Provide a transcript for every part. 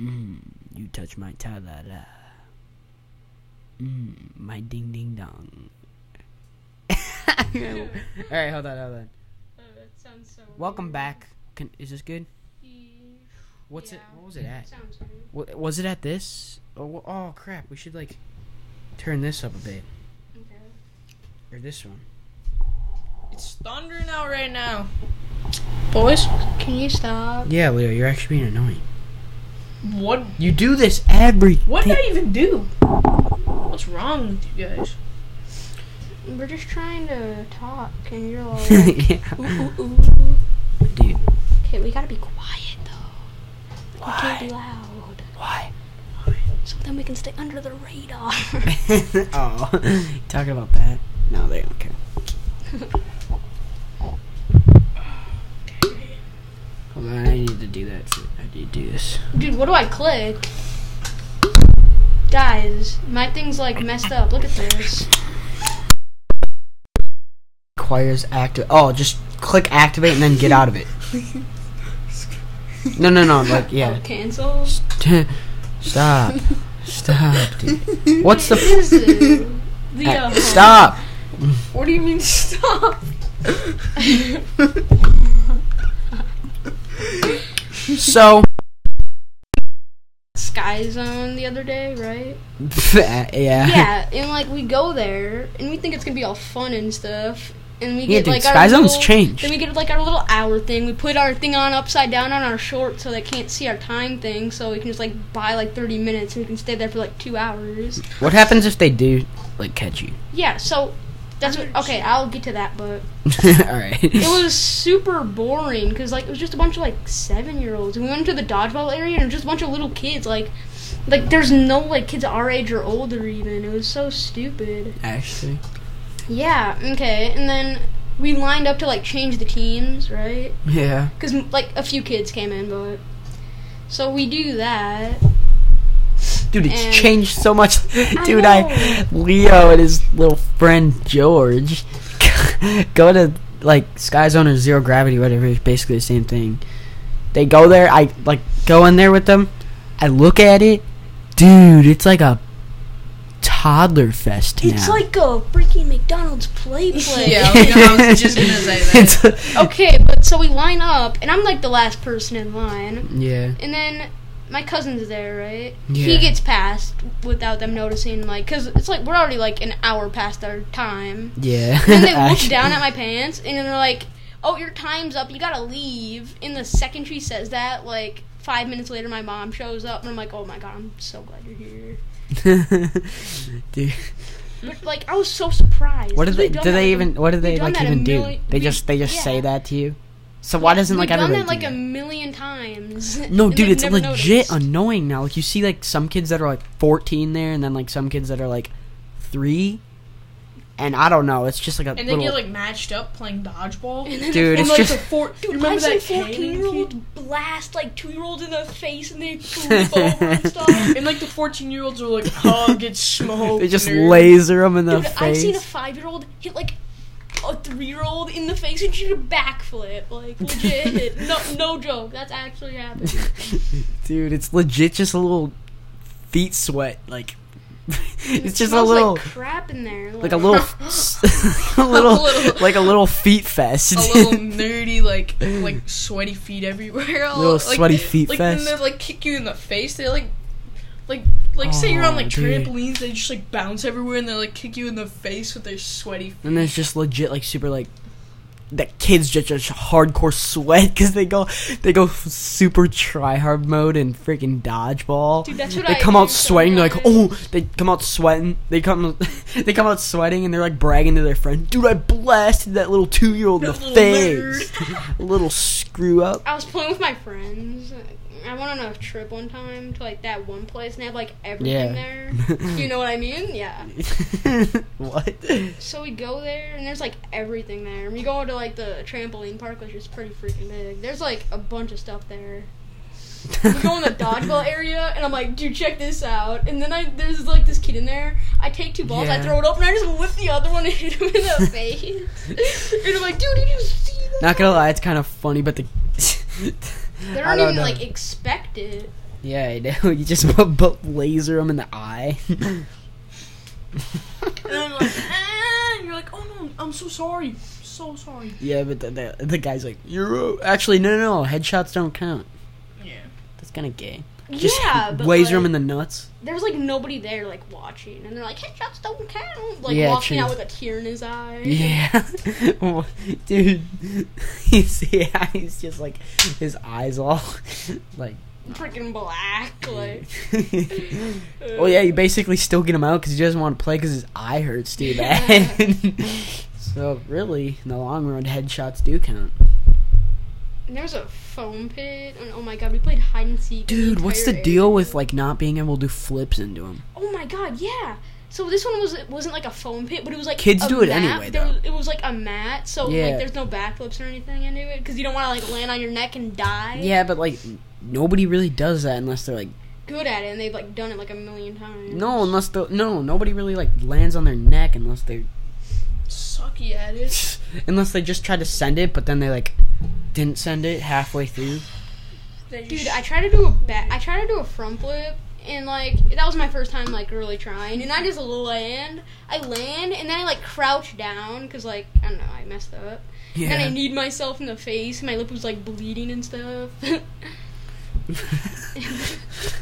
Mm, you touch my ta la la. Mm, my ding ding dong. All right, hold on, hold on. Oh, that sounds so. Welcome weird. back. Can, is this good? Ye- What's it? Yeah. What was it at? Sounds weird. Wa- Was it at this? Oh, wha- oh crap! We should like turn this up a bit Okay. or this one. It's thundering out right now. Boys, Can you stop? Yeah, Leo, you're actually being annoying. what You do this every. what did thi- I even do? What's wrong with you guys? We're just trying to talk, and you're like, yeah, ooh, ooh, ooh. dude. Okay, we gotta be quiet though. We can't be Why? loud. Why? So then we can stay under the radar. oh, talking about that? No, they don't care. Hold on, I need to do that. For, I need to do this. Dude, what do I click? Guys, my thing's like messed up. Look at this. Requires active. Oh, just click activate and then get out of it. No, no, no. Like, yeah. Cancel. Stop. Stop, dude. What's the? What is this? Leo, Stop. what do you mean stop? So, Sky Zone the other day, right? yeah. Yeah, and like we go there and we think it's gonna be all fun and stuff. And we Yeah, get dude, like Sky our Zone's little, changed. Then we get like our little hour thing. We put our thing on upside down on our short so they can't see our time thing. So we can just like buy like 30 minutes and we can stay there for like two hours. What happens if they do like catch you? Yeah, so that's what. Okay, I'll get to that, but All right. it was super boring because like it was just a bunch of like seven year olds. We went to the dodgeball area and it was just a bunch of little kids. Like, like there's no like kids our age or older even. It was so stupid. Actually, Yeah. Okay. And then we lined up to like change the teams, right? yeah. Because like a few kids came in, but so we do that. Dude, it's And- changed so much. Dude, I know. Leo and his little friend George go to like Sky Zone or Zero Gravity, whatever. It's basically the same thing. They go there. I like go in there with them. I look at it, dude. It's like a toddler fest now. It's like a freaking McDonald's play place. Yeah, I was just gonna say that. It's- Okay, but so we line up, and I'm like the last person in line. yeah. And then my cousin's there, right? Yeah. He gets passed without them noticing, like, because it's like we're already like an hour past our time. Yeah. And they look Actually. down at my pants, and then they're like, "Oh, your time's up. You gotta leave." And the second she says that, like five minutes later, my mom shows up, and I'm like, "Oh my god, I'm so glad you're here." Dude, But like, I was so surprised. what did 'cause they? we've done Do that, they like, even? What do they done like that a even do? million- They we- just they just say yeah. that to you. So why doesn't like we've done everybody? that like do a that? million times? no, and dude, they've it's never legit noticed. annoying now. Like you see like some kids that are like 14 there, and then like some kids that are like three, and I don't know. It's just like a And they little get like matched up playing dodgeball. And then dude. And It's like just the four, dude, Dude, remember I've that seen Canadian 14 year olds kid? blast like 2 year olds in the face and they flip over and stuff. And like the 14 year olds are like, hug, it's smoke. they just nerd." laser them in the Dude, I've face. seen a 5 year old hit like a 3 year old in the face and she did a backflip. Like, legit. no, no joke. That's actually happened. dude, it's legit just a little feet sweat. Like And it it's just a smells little. like crap in there. like a little, a little, little- like a little feet fest. a little nerdy, like like sweaty feet everywhere. All, Little like, sweaty feet Like fest. then they like kick you in the face. They like like like say you're Aw, on like dude. trampolines. They just like bounce everywhere and they like kick you in the face with their sweaty. feet. and there's just legit like super like that kids just just hardcore sweat because they go they go f- super try hard mode and freaking dodgeball. Dude, that's what they I come out do sweating they're like sometimes. oh they come out sweating they come they come out sweating and they're like bragging to their friend dude I blasted that little two year old in the That little face little screw up I was playing with my friends. I went on a trip one time to like that one place and they have like everything Yeah. there. you know what I mean? Yeah. what So we go there, and there's like everything there. And we go to like the trampoline park, which is pretty freaking big. There's like a bunch of stuff there. We go in the dodgeball area, and I'm like, dude, check this out. And then I there's like this kid in there. I take two balls, Yeah. I throw it up, and I just whip the other one and hit him in the face. and I'm like, dude, did you see that? not gonna lie it's kind of funny but the They I don't don't even know. like expect it. Yeah, I know. You just put, put laser him in the eye. And then like, and you're like, oh no, I'm so sorry, so sorry. yeah, but the, the, the guy's like, you're actually no, no, no, headshots don't count. Yeah. That's kind of gay. yeah, but laser him like, in the nuts. there's like nobody there like watching, and they're like headshots don't count. Like Yeah, walking true. out with a tear in his eye. Yeah, Well, dude. You see, how he's just like his eyes all like. freaking black. Like, well, yeah, you basically still get him out because he doesn't want to play because his eye hurts too bad. so really, in the long run, headshots do count. And there's a foam pit. And, oh my god, we played hide and seek. the Dude, what's the entire deal area. with like not being able to do flips into him? Oh my god, yeah. So this one was it wasn't like a foam pit, but it was like Kids a do it mat. anyway, There though. was- it was like a mat, so Yeah. like there's no backflips or anything into it because you don't want to like land on your neck and die. Yeah, but like nobody really does that unless they're like good at it, and they've like done it like a million times. no, unless the no nobody really like lands on their neck unless they Sucky at it. unless they just try to send it, but then they like didn't send it halfway through. Dude, I tried to do a back. I tried to do a front flip, and like that was my first time like really trying. And I just land. I land, and then I like crouch down because like I don't know, I messed up. And then I kneed myself in the face. and My lip was like bleeding and stuff. and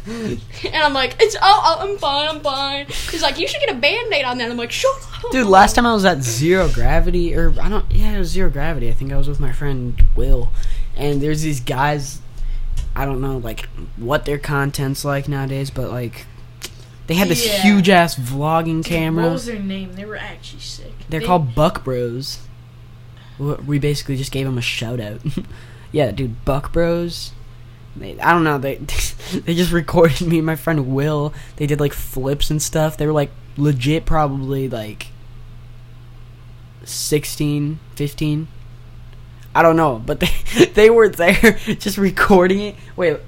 I'm like, it's oh, oh, I'm fine, I'm fine. He's like, you should get a band aid on that. I'm like, shut up. Dude, last time I was at zero gravity, or I don't, yeah, it was zero gravity. I think I was with my friend Will, and there's these guys. I don't know, like what their content's like nowadays, but like they had this Yeah. huge ass vlogging What camera. was their name? They were actually sick. They're They- called Buck Bros. W- We basically just gave them a shout out. yeah, dude, Buck Bros. They, I don't know. They they just recorded me and my friend Will. They did like flips and stuff. They were like legit, probably like 16, 15. I don't know, but they they were there just recording it. Wait.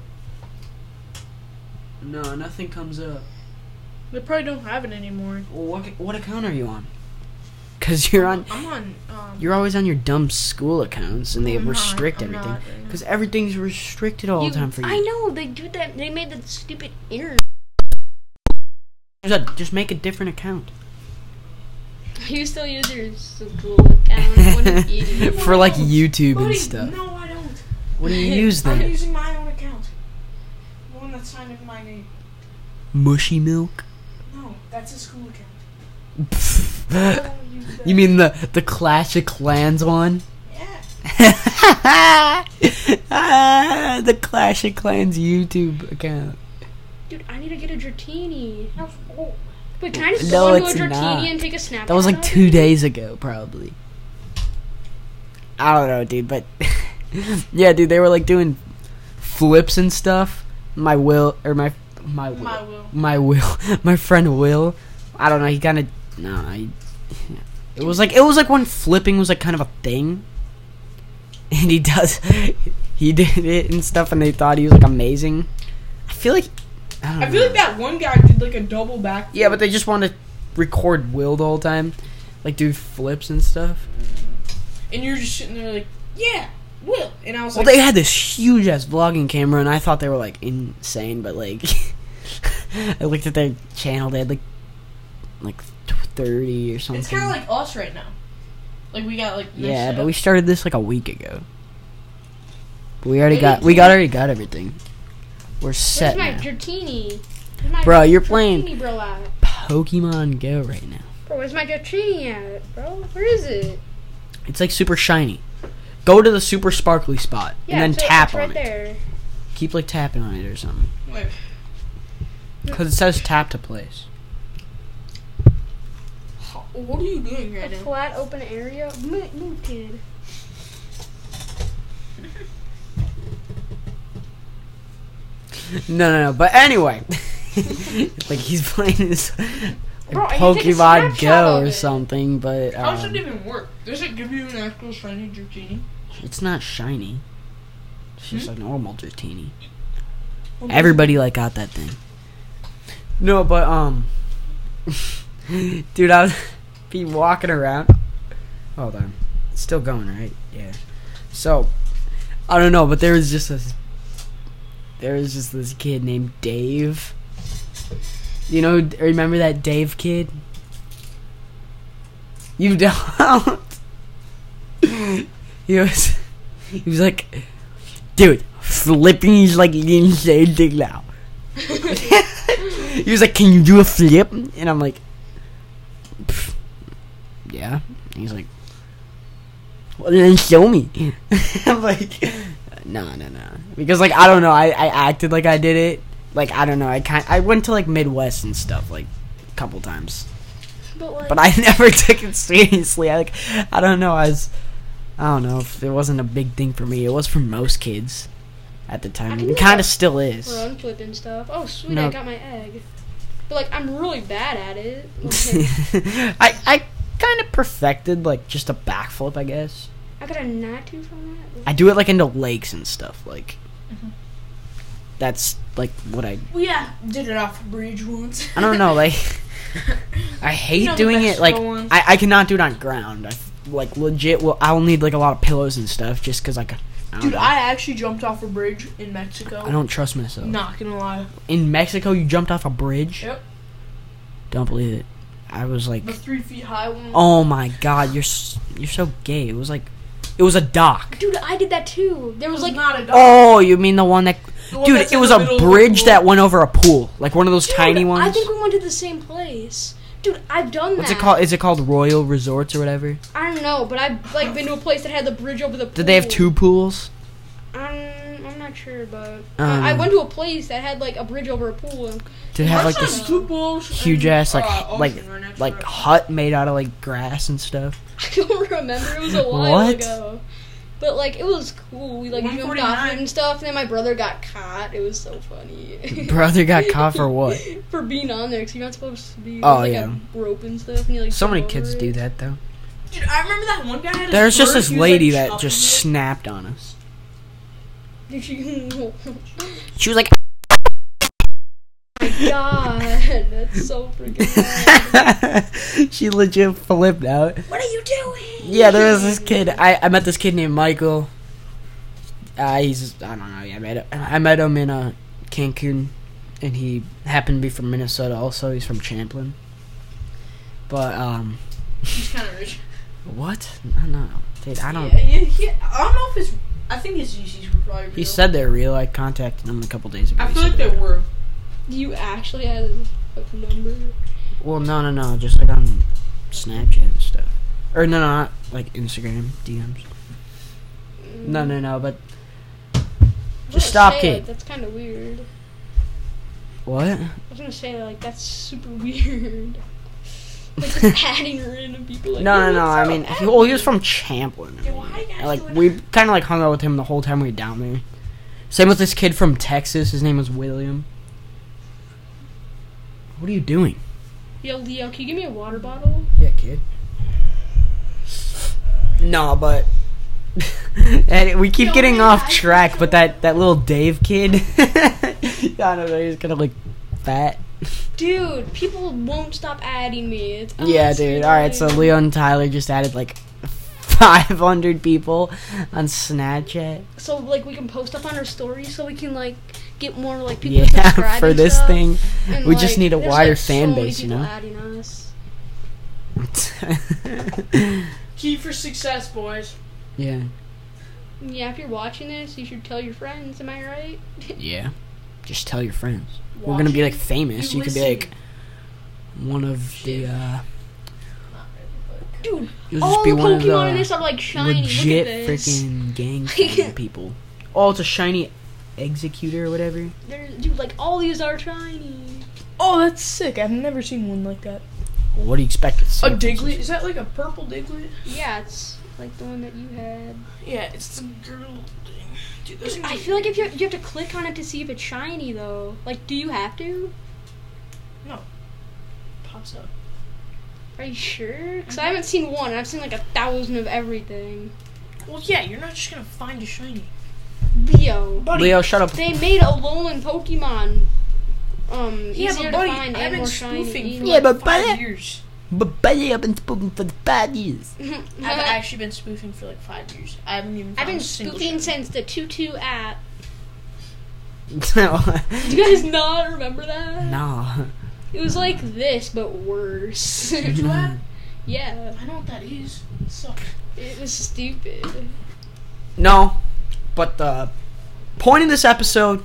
No, nothing comes up. They probably don't have it anymore. Well, what what account are you on? Cuz you're on I'm on. Um, you're always on your dumb school accounts and they I'm not, restrict I'm everything. not right now. Because everything's restricted all You- the time for you. I know they do that. They made that stupid internet. Just- Just make a different account. You still use your school account. What an idiot. for like YouTube Buddy, and stuff. No, I don't. What do you use I'm then? using my own account. The one that's signed in my name. Mushy milk? No, that's a school account. I Pfft. don't use that. you mean the, the Clash of Clans one? Yeah. Ah, the Clash of Clans YouTube account. Dude, I need to get a Dratini. oh, Wait, can I just No, go into a it's Dratini not. and take a snapshot? That was like of it? two days ago, probably. I don't know, dude, but yeah, dude, they were like doing flips and stuff. My will or my my will, My will. my will, my friend Will. I don't know. He kind of no. I, it was like it was like when flipping was like kind of a thing, and he does he did it and stuff, and they thought he was like amazing. I feel like I don't know. I feel like that one guy did like a double back. Yeah, but they just want to record Will the whole time, like do flips and stuff. and you're just sitting there like, yeah, Will. And I was Well, like, they had this huge ass vlogging camera, and I thought they were like insane, but like, I looked at their channel, they had like, like tw- thirty or something. it's kind of like us right now. Like we got like this yeah, set but up. we started this like a week ago. But we already Maybe got it's we got me. already got everything. We're set Where's my now. Dratini? Where's my Bro, you're playing- Dratini, bro, at? Pokemon Go right now. Bro, where's my Dratini at, bro? Where is it? It's like super shiny. Go to the super sparkly spot Yeah, and then it's right- tap it's right on it. there. Keep like tapping on it or something. Wait, Because it says tap to place. ho- what are you doing right The now? flat open area. Move, move, kid. No, no, no. But anyway, like he's playing his Bro, I need to take a Pokemon snapshot Go of or it. something, but How does it um, even work? Does it give you an actual shiny Dratini? it's not shiny. It's just a normal Dratini. Okay. Everybody like got that thing. No, but um, dude, I was be walking around. Hold on, it's still going, right? Yeah. So, I don't know, but there was just this there was just this kid named Dave. You know, remember that Dave kid? You don't. he was, he was like, dude, flipping is like the insane thing now. he was like, can you do a flip? And I'm like, "Pff, yeah. And he's like, well then show me. I'm like, no, no, no. Because like I don't know, I, I acted like I did it. Like I don't know, I kind I went to like Midwest and stuff like a couple times, But like, but I never took it seriously. I like I don't know, I was I don't know if it wasn't a big thing for me. It was for most kids at the time. can It do kind of that. still is. run flip and stuff. Oh sweet, No. I got my egg. But like, I'm really bad at it. Like, Mm-hmm. I I kind of perfected like just a backflip, I guess. I got a nat two from that. I do it like into lakes and stuff. Like Mm-hmm. that's like what I We yeah, did it off a bridge once. I don't know, like I hate You know the doing it. Like vegetable ones? I, I cannot do it on ground. I, like legit, well, I'll need like a lot of pillows and stuff just because like I don't Dude, know. I actually jumped off a bridge in Mexico. I don't trust myself. Not gonna lie. In Mexico, you jumped off a bridge. Yep. Don't believe it. I was like, The three feet high one. oh my god, you're s- you're so gay. It was like, it was a dock. Dude, I did that too. There it was was like, not a dog. Oh, you mean the one that? The one Dude, that's it in was the a middle of the bridge pool. that went over a pool, like one of those Dude, tiny ones. I think we went to the same place. Dude, I've done What's that. it called? Is it called Royal Resorts or whatever? I don't know, but I've like been to a place that had the bridge over the. Pool. Did they have two pools? I'm, I'm not sure, but Um, I I went to a place that had like a bridge over a pool. And Did it have like this two balls huge and, ass like uh, h- ocean like right next like to it. hut made out of like grass and stuff. I don't remember. It was a while What? ago. But like it was cool. We like jumped off 149. it and stuff. And then my brother got caught. It was so funny. Brother got caught for what? for being on there because you're not supposed to be. Oh, like, yeah. A rope and stuff. And you, like, So many jump kids over do it. that though. Dude, I remember that one guy. Had There's just his this purse, he was, lady like, that just shoving snapped on us. Did you? She was like, God, that's so freaking. bad. she legit flipped out. what are you doing? Yeah, there was this kid. I, I met this kid named Michael. Uh, he's I don't know. Yeah, I met him. I met him in uh, Cancun, and he happened to be from Minnesota. Also, he's from Champlin. But um, it. He's kind of rich. what? No, no, dude, I don't. Yeah, yeah, he, I don't know if his. I think his GCs were probably. Real. He said they're real. I contacted him a couple days ago. I He feel said like they real. were. Do you actually have a number? Well, no, no, no. Just like on Snapchat and stuff. Or no, no, not like Instagram DMs. No, no, no. But I was Just gonna stop say, it. Like, that's kind of weird. what? I was gonna say like that's super weird. Like just adding random people. Like, No, no, "Yo, no. what's I up, mean, he, Abby?" well, he was from Champlin. I Yeah, mean, why you guys like doing we kind of like hung out with him the whole time we were down there. Same with this kid from Texas. His name was William. What are you doing? Yo, Leo, can you give me a water bottle? Yeah, kid. No, but and we keep Yo, getting man, off I- track. But that that little Dave kid, I don't know. He's kind of like fat. Dude, people won't stop adding me. It's Yeah, dude. All right, so unstable. Leo and Tyler just added like 500 people on Snapchat. so like we can post up on our story so we can like get more like people to Yeah, subscribe for and this stuff. thing. And, we just need a there's, wider like, so fan many base, you people know? Adding us. Key for success, boys. yeah. Yeah, if you're watching this, you should tell your friends. Am I right? Yeah. Just tell your friends. We're gonna be like famous. You, You could be listen. like one of the. uh Dude, You'll just all be the one of the Oh, Pokemon in this are like shiny. Look at legit this. freaking gang fighting people. Oh, it's a shiny executor or whatever. There, dude, like all these are shiny. Oh, that's sick. I've never seen one like that. What do you expect? It's A San Diglett? Francisco. Is that like a purple Diglett? Yeah, it's like the one that you had. Yeah, it's the girl thing. Dude, those Dude, things I are- feel like if you you have to click on it to see if it's shiny though. Like, do you have to? pops up. Are you sure? Because I haven't seen one. I've seen like a thousand of everything. Well, yeah, you're not just gonna find a shiny. Leo, Buddy, Leo, shut up. they made a Alolan Pokemon. Um, yeah, easier to but buddy, find I've and been more spoofing shiny. for Yeah, like but five buddy- years. But buddy, I've been spoken for the bad years. I've actually been spoofing for like five years. I haven't even. I've found been a single spoofing shiny. since the Tutu app. Do you guys not remember that? no. It was like this, but worse. Did you laugh? yeah, I know what that is. It sucks. it was stupid. No. But the point of this episode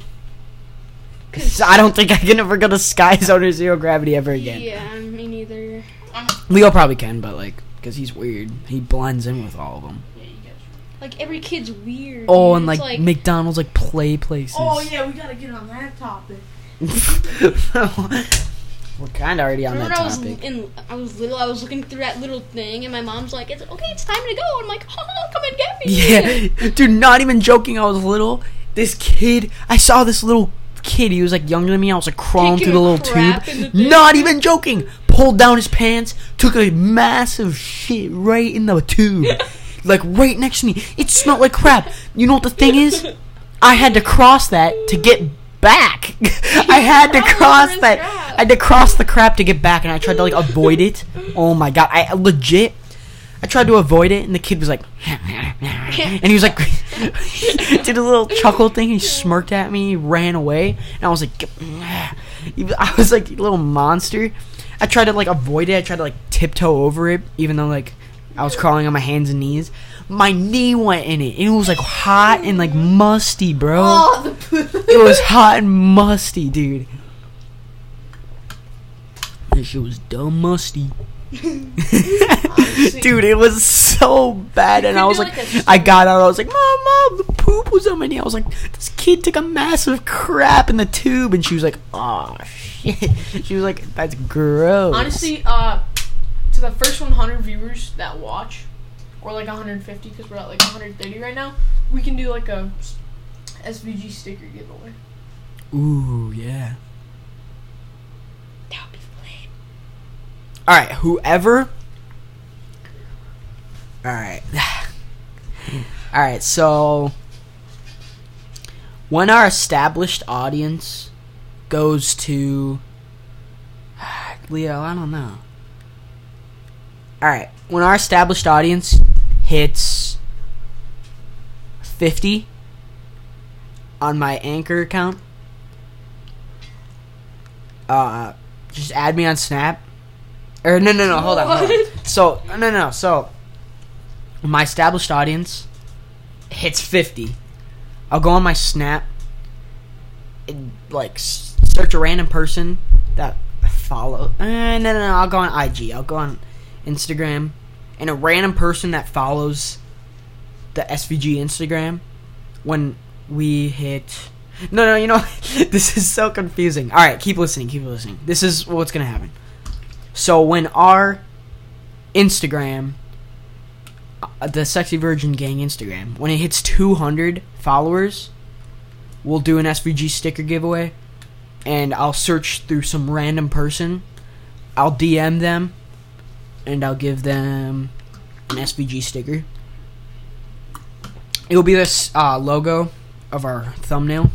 is I don't think I can ever go to Sky Zone or Zero Gravity ever again. Yeah, me neither. I'm Leo probably can, but like, because he's weird. He blends in with all of them. yeah, you guys. Like every kid's weird. Oh, dude. and like, It's McDonald's like play places. Oh yeah, we gotta get on that topic. We're kind of already on Remember that when I was topic. in, I was little. I was looking through that little thing, and my mom's like, "It's okay, it's time to go." And I'm like, "Oh, come and get me!" Yeah, dude, not even joking. I was little. This kid, I saw this little kid. He was like younger than me. I was like crawling through Kicking the little crap in the tube. thing. Not even joking. Pulled down his pants, took a massive shit right in the tube, like right next to me. It smelled like crap. You know what the thing is? I had to cross that to get back. I had to Probably cross was that. crap. I had to cross the crap to get back, and I tried to like avoid it. Oh my god! I legit. I tried to avoid it, and the kid was like, and he was like, did a little chuckle thing. He smirked at me, ran away, and I was like, I was like, you little monster. I tried to like avoid it. I tried to like tiptoe over it, even though like I was crawling on my hands and knees. My knee went in it, and it was like hot and like musty, bro. Oh, the poo. It was hot and musty, dude. That shit was dumb musty. dude, it was so bad, and I was do like, like a- I got out. I was like, "Mom, mom, the poop was on my knee." I was like, "This kid took a massive crap in the tube," and she was like, "Oh shit." She was like, "That's gross." Honestly, uh, to the first 100 viewers that watch, or like 150 because we're at like 130 right now, we can do like a s- SVG sticker giveaway. ooh, yeah. That would be lit. All right, whoever. All right. All right, so when our established audience goes to Leo, I don't know. All right, when our established audience hits 50 on my Anchor account, uh just add me on Snap. Or no, no, no, hold on. Hold on. What? So, no, no, no. So, my established audience hits 50. I'll go on my Snap and, like, s- search a random person that follow. Uh, no, no, no. I'll go on IG. I'll go on Instagram. And a random person that follows the SVG Instagram when we hit. No, no, you know, this is so confusing. All right, keep listening. Keep listening. This is what's going to happen. So when our Instagram, uh, the Sexy Virgin Gang Instagram, when it hits 200 followers, we'll do an SVG sticker giveaway, and I'll search through some random person. I'll DM them, and I'll give them an SVG sticker. It'll be this uh, logo of our thumbnail,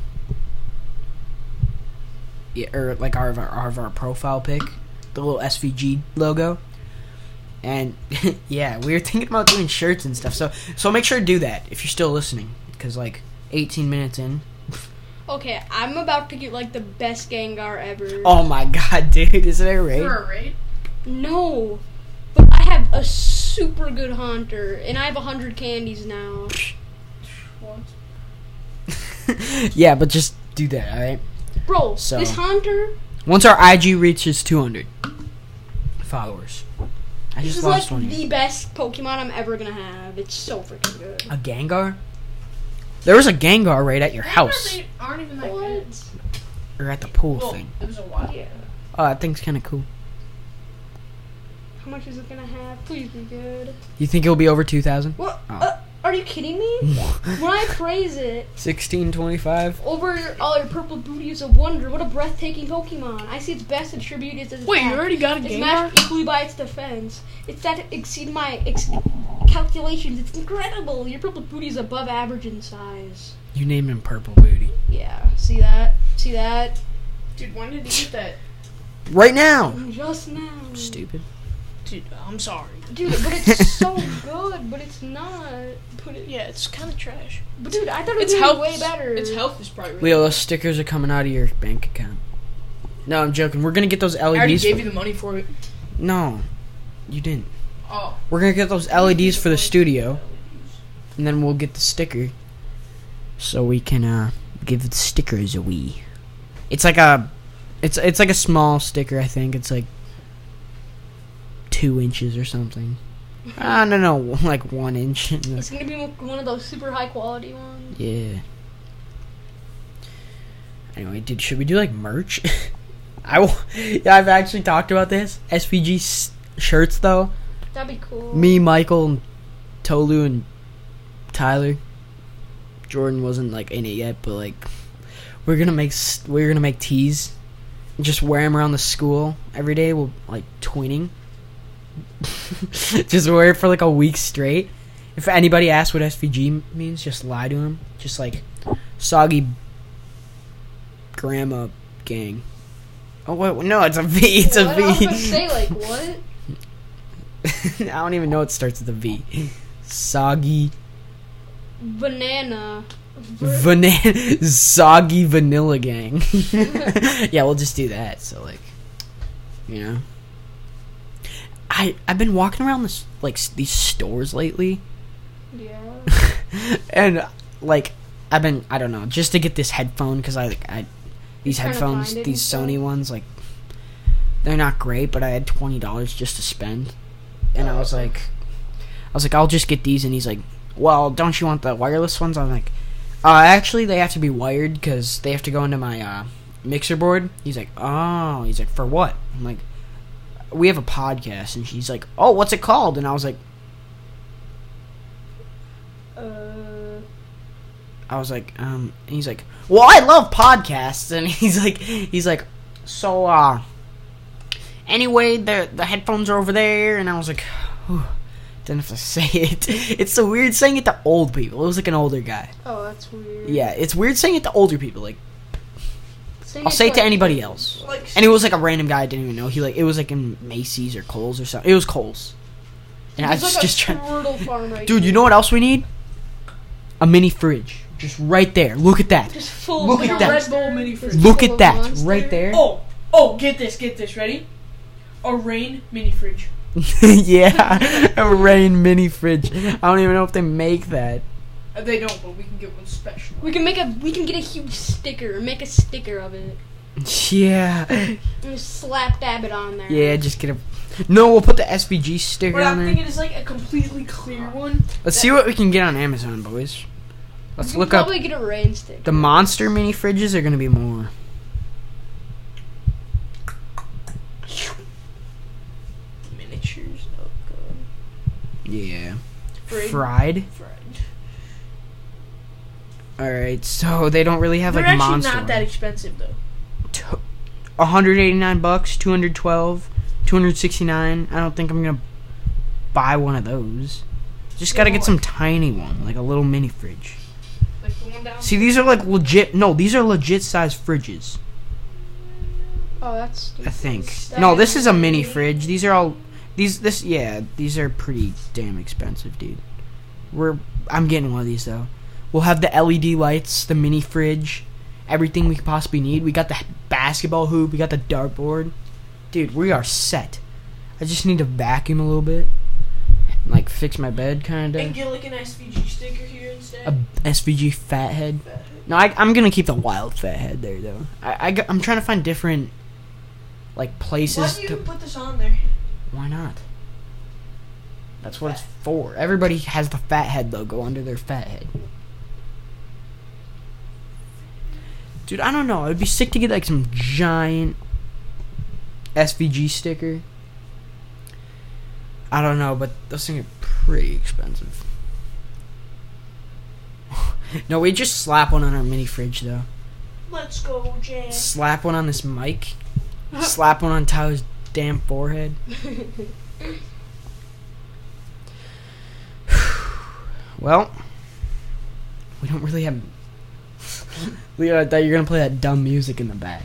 yeah, or like our of our, of our profile pic, the little SVG logo. And yeah, we were thinking about doing shirts and stuff. So so make sure to do that if you're still listening, because like 18 minutes in. Okay, I'm about to get like the best Gengar ever. Oh my god, dude, is it a raid? For a raid? No, but I have a super good hunter, and I have hundred candies now. What? yeah, but just do that, all right? Bro, So- this hunter, Once our IG reaches 200 followers, I this just is like lost one. here. the best Pokemon I'm ever gonna have. It's so freaking good. A Gengar? There was a Gengar raid at your house They aren't even that good. What? or at the pool Well, thing. it was a while. Yeah. Oh, that thing's kind of cool. How much is it gonna have? Please be good. You think it'll be over 2,000? What? Oh. Uh, are you kidding me? When I praise it 1625. over all your purple booty is a wonder. What a breathtaking Pokemon! I see its best attribute is its Wait, you attack. already got a It's game? matched equally by its defense. It's that exceed my ex- calculations. It's incredible. Your purple booty is above average in size. You named him Purple Booty. Yeah, see that? See that? Dude, when did you get that? Right now! Just now. Stupid. Dude, I'm sorry. Dude, but it's so good, but it's not. But it, Yeah, it's kind of trash. but dude, I thought it It's was health. way better. Its health is probably. Really Leo, those stickers are coming out of your bank account. No, I'm joking. We're gonna get those E I already LEDs. gave for- you the money for it. no, you didn't. Oh. We're gonna get those LEDs for the studio, and then we'll get the sticker, so we can uh, give the stickers a wee. It's like a, it's it's like a small sticker. I think it's like two inches or something. Ah, no, no, like one inch. It's gonna be one of those super high quality ones. Yeah. Anyway, dude, should we do like merch? I will, yeah, I've actually talked about this. SPG s- shirts though. That'd be cool. Me, Michael, and Tolu, and Tyler. Jordan wasn't like in it yet, but like we're gonna make s- we're gonna make tees. Just wear them around the school every day. We'll like twinning. just wear it for like a week straight. If anybody asks what SVG m- means, just lie to them. Just like soggy grandma gang. Oh wait, no, it's a V. It's What? a V. I was gonna say like what? I don't even know it starts with a V. Soggy Banana. Ver- vanilla, soggy vanilla gang. yeah, we'll just do that. So like, you know, I I've been walking around this like s- these stores lately, yeah. and like I've been I don't know just to get this headphone because I like I these trying to headphones find it these and Sony stuff? ones like they're not great but I had twenty dollars just to spend and I was like I was like I'll just get these and he's like well don't you want the wireless ones I'm like uh, actually they have to be wired because they have to go into my uh, mixer board he's like oh he's like for what I'm like we have a podcast and she's like oh what's it called and I was like Uh. I was like, um, and he's like, well, I love podcasts, and he's like, he's like, so, uh, anyway, the the headphones are over there, and I was like, whew, didn't have to say it. It's so weird saying it to old people. It was like an older guy. Oh, that's weird. Yeah, it's weird saying it to older people. Like, Saying I'll it's say it to like- anybody else. Like. And it was like a random guy I didn't even know. He like it was like in Macy's or Kohl's or something. It was Kohl's. And I was It's like just a trying. turtle farm right Dude, you know what else we need? A mini fridge, just right there. Look at that. Just full Look of at that. monsters. Red Bull mini fridge. Just Look full at of that monsters. right there. Oh. Oh, get this, get this. Ready? A rain mini fridge. yeah, a rain mini fridge. I don't even know if they make that. Uh, They don't, but we can get one special. We can make a. We can get a huge sticker. Make a sticker of it. Yeah, And just slap dab it on there. yeah. Just get a. No, we'll put the SVG sticker What I'm on there. thinking is like a completely clear one. Let's see what we can get on Amazon, boys. You Let's can look up probably get a rain sticker. the monster mini fridges. Are gonna be more. Miniatures. Oh god. Yeah. Fried. Fried. Fried. All right. So they don't really have They're like actually monster. not that expensive though. to- 189 bucks, 212, 269. I don't think I'm going to buy one of those. Just got to get some tiny one, like a little mini fridge. Like the one down. See, these are like legit No, these are legit sized fridges, oh, that's. Stupid. I think. No, this is a mini fridge. These are all these this yeah, these are pretty damn expensive, dude. We're I'm getting one of these though. We'll have the LED lights, the mini fridge, everything we could possibly need. We got the basketball hoop, we got the dartboard. Dude, we are set. I just need to vacuum a little bit. and, Like fix my bed kind And of. get like an SVG sticker here A instead. SVG fat head. No, I, I'm gonna keep the wild fat head there though. I, am trying to find different like Why places do you to. put this on there? Why not? That's what it's for. Everybody has the fat head logo under their fat head. Dude, I don't know. It'd be sick to get like some giant SVG sticker. I don't know, but those things are pretty expensive. no, we just slap one on our mini fridge though. Let's go, Jan. Slap one on this mic. slap one on Tyler's damn forehead. well, we don't really have. Leo, I thought you were gonna play that dumb music in the back.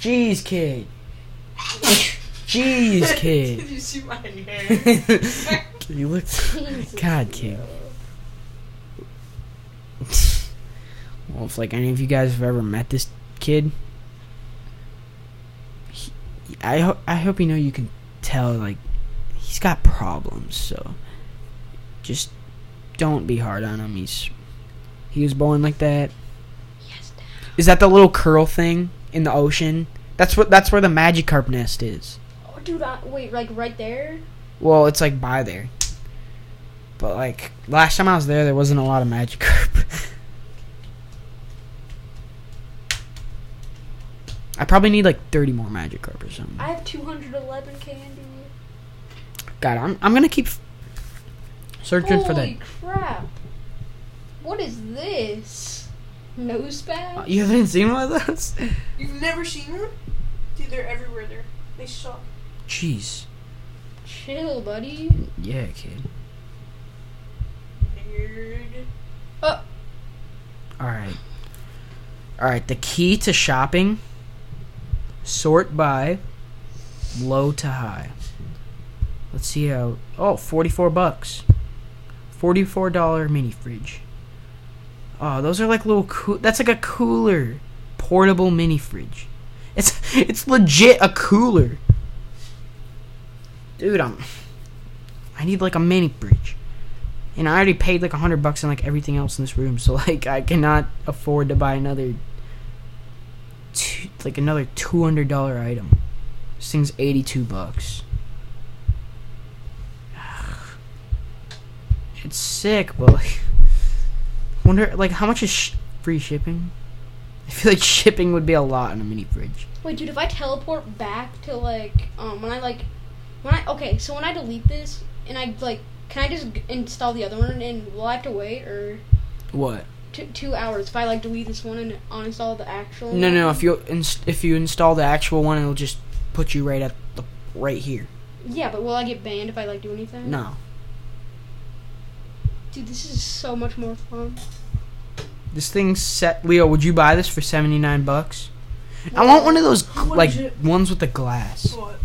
Jeez, kid. Jeez, Did kid. you see my hair? kid you look. God, kid. Well, if like any of you guys have ever met this kid, he, I hope I hope you know you can tell like he's got problems. So just don't be hard on him. He's he was born like that. Yes, Dad. Is that the little curl thing in the ocean? That's what that's where the Magikarp nest is. Oh, dude, I, wait, like right there? Well, it's like by there. But like last time I was there, there wasn't a lot of Magikarp. I probably need like 30 more Magikarp or something. I have 211 candy. God, I'm I'm gonna keep searching Holy for that. crap. What is this? Nose Uh, bag? You haven't seen one of those? You've never seen one? Dude, they're everywhere. They're they suck. Jeez. Chill, buddy. Yeah, kid. Nerd. All right. All right. The key to shopping: sort by low to high. Let's see how. Oh, 44 bucks. Forty-four dollar mini fridge. Oh, those are like little. Coo- that's like a cooler, portable mini fridge. It's it's legit a cooler. Dude, I'm. I need like a mini fridge and I already paid like a hundred bucks on like everything else in this room, so like I cannot afford to buy another, two, like another two hundred dollar item. This thing's eighty two bucks. It's sick, but like, wonder like how much is sh- free shipping? I feel like shipping would be a lot in a mini fridge. Wait, dude, if I teleport back to like, um, when I like, when I okay, so when I delete this and I like, can I just g- install the other one and will I have to wait or What? t- two hours if I like delete this one and uninstall the actual? No, one? no. If you inst- if you install the actual one, it'll just put you right at the right here. Yeah, but will I get banned if I like do anything? No. Dude, this is so much more fun. This thing's set. Leo, would you buy this for seventy nine bucks? I What? want one of those How much like is it? Oh, ones with the glass. What?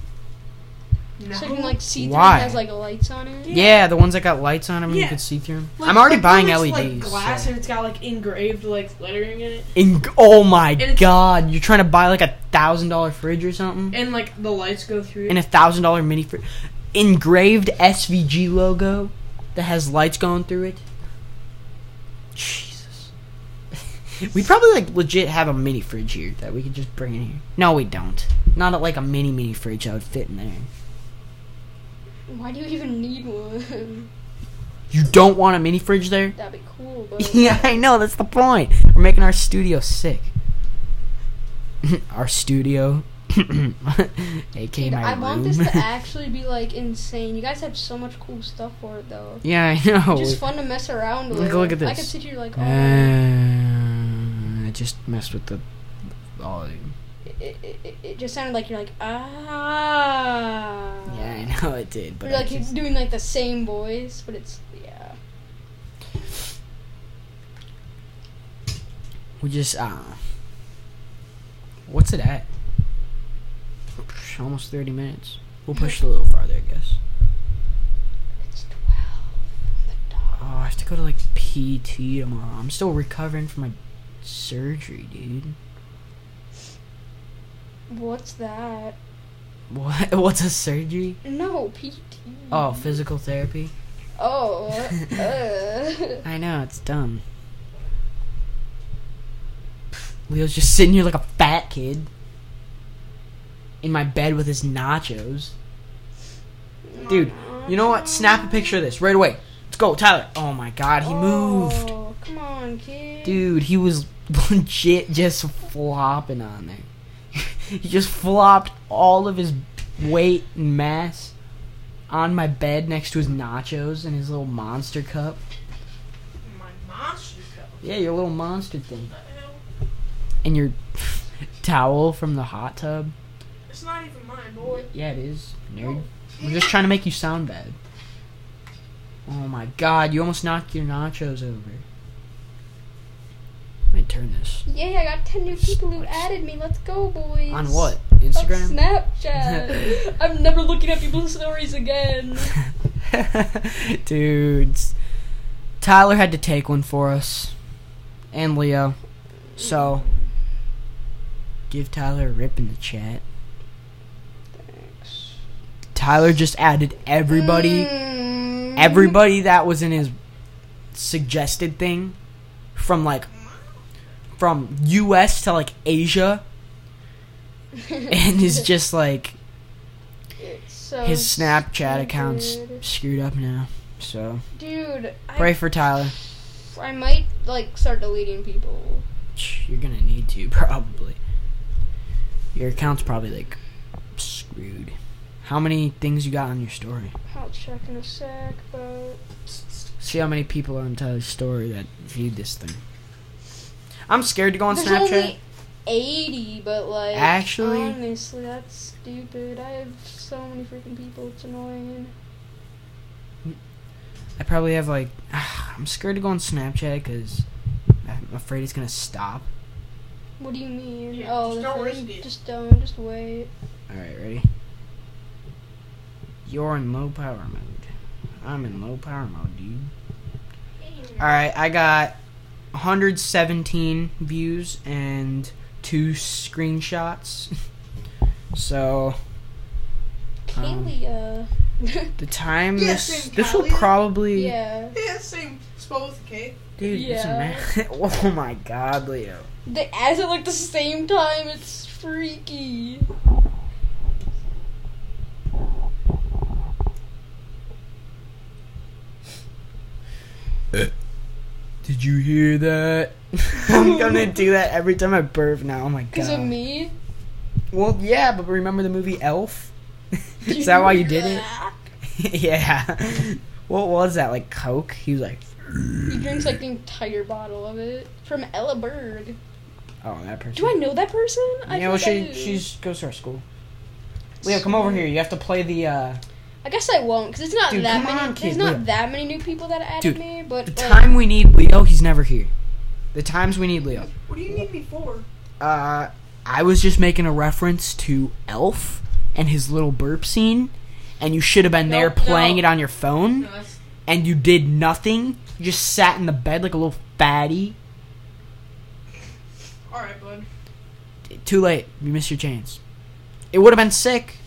No. So you can like see through Why? it has like lights on it. Yeah, the ones that got lights on them and you Yeah. could see through them. Like, I'm already like, buying it's, LEDs. Like glass so- and it's got like engraved like lettering in it, In- oh my it's- god, you're trying to buy like a thousand dollar fridge or something, and like the lights go through. and a thousand dollar mini fridge, engraved SVG logo that has lights going through it. Jesus, we probably like legit have a mini fridge here that we could just bring in here. No, we don't. Not a, like a mini mini fridge that would fit in there. Why do you even need one? You don't want a mini fridge there? That'd be cool, but yeah, I know. That's the point. We're making our studio sick. our studio, aka Dude, my I room. want this to actually be like insane. You guys have so much cool stuff for it though. yeah, I know. Just fun to mess around with. Oh. Look- look at I this. could sit here like, oh, Uh, I just messed with the volume. oh, it, it, it, it just sounded like you're like, ah. Yeah, I know it did, but You're I like just- doing like the same voice, but it's yeah. we just uh, what's it at? Almost thirty minutes. We'll push it a little farther, I guess. It's twelve. Oh, I have to go to like PT tomorrow. I'm still recovering from my surgery, dude. on the dot. What's that? What? What's a surgery? No, PT. Oh, physical therapy. Oh. uh. I know it's dumb. Leo's just sitting here like a fat kid in my bed with his nachos. Dude, you know what? Snap a picture of this right away. Let's go, Tyler. Oh my god, he moved. Oh, come on, kid. Dude, he was legit just flopping on there. he just flopped all of his weight and mass on my bed next to his nachos and his little monster cup. my monster cup. Yeah, your little monster thing. What the hell? And your towel from the hot tub. It's not even mine, boy. Yeah, it is, nerd. We're just trying to make you sound bad. Oh my god, you almost knocked your nachos over. Let me turn this. Yay, I got 10 new people who added me. Let's go, boys. On what? Fuck Instagram. Snapchat. I'm never looking at people's stories again. Dudes. Tyler had to take one for us. And Leo. So give Tyler a rip in the chat. Thanks. Tyler just added everybody Mm. everybody that was in his suggested thing from like from US to like Asia and is just like It's so his Snapchat account's stupid. screwed up now. So Dude, pray I, for Tyler. I might like start deleting people. You're gonna need to probably. Your account's probably like screwed. How many things you got on your story? I'll check in a sec, but See how many people are on Tyler's story that viewed this thing. I'm scared to go on there's Snapchat. only eighty. But like, Actually- honestly, that's stupid. I have so many freaking people. It's annoying. I probably have like. I'm scared to go on Snapchat because I'm afraid it's gonna stop. What do you mean? Yeah, oh, just the don't first- read it. just don't. Just wait. Alright, ready? You're in low power mode. I'm in low power mode, dude. Alright, I got 117 views and two screenshots. so, Um, Kalia. the time Yeah, this same this will value. probably yeah. Yeah, same. Spell with a K. dude, Yeah. it's a ma- Oh my god, Leo. They as it like the same time. It's freaky. Did you hear that? I'm gonna do that every time I burp now. Oh my Because god. of me. Well, yeah, but remember the movie Elf? Is that why you did it? yeah. What was that? Like Coke? He was like, He drinks like the entire bottle of it from Ella Berg. oh, that person. Do I know that person? I yeah, well, think she I do. she's goes to our school. Leo, come over here. You have to play the. uh I guess I won't because it's not Dude, that come many. on, kid, there's not Leo. that many new people that added Dude, me, but The like, time we need Leo, he's never here. The times we need Leo. What do you need me for? Uh, I was just making a reference to Elf and his little burp scene, and you should have been there Nope, playing no. it on your phone. No, that's and you did nothing. You just sat in the bed like a little fatty. all right, bud. Too late. You missed your chance. It would have been sick.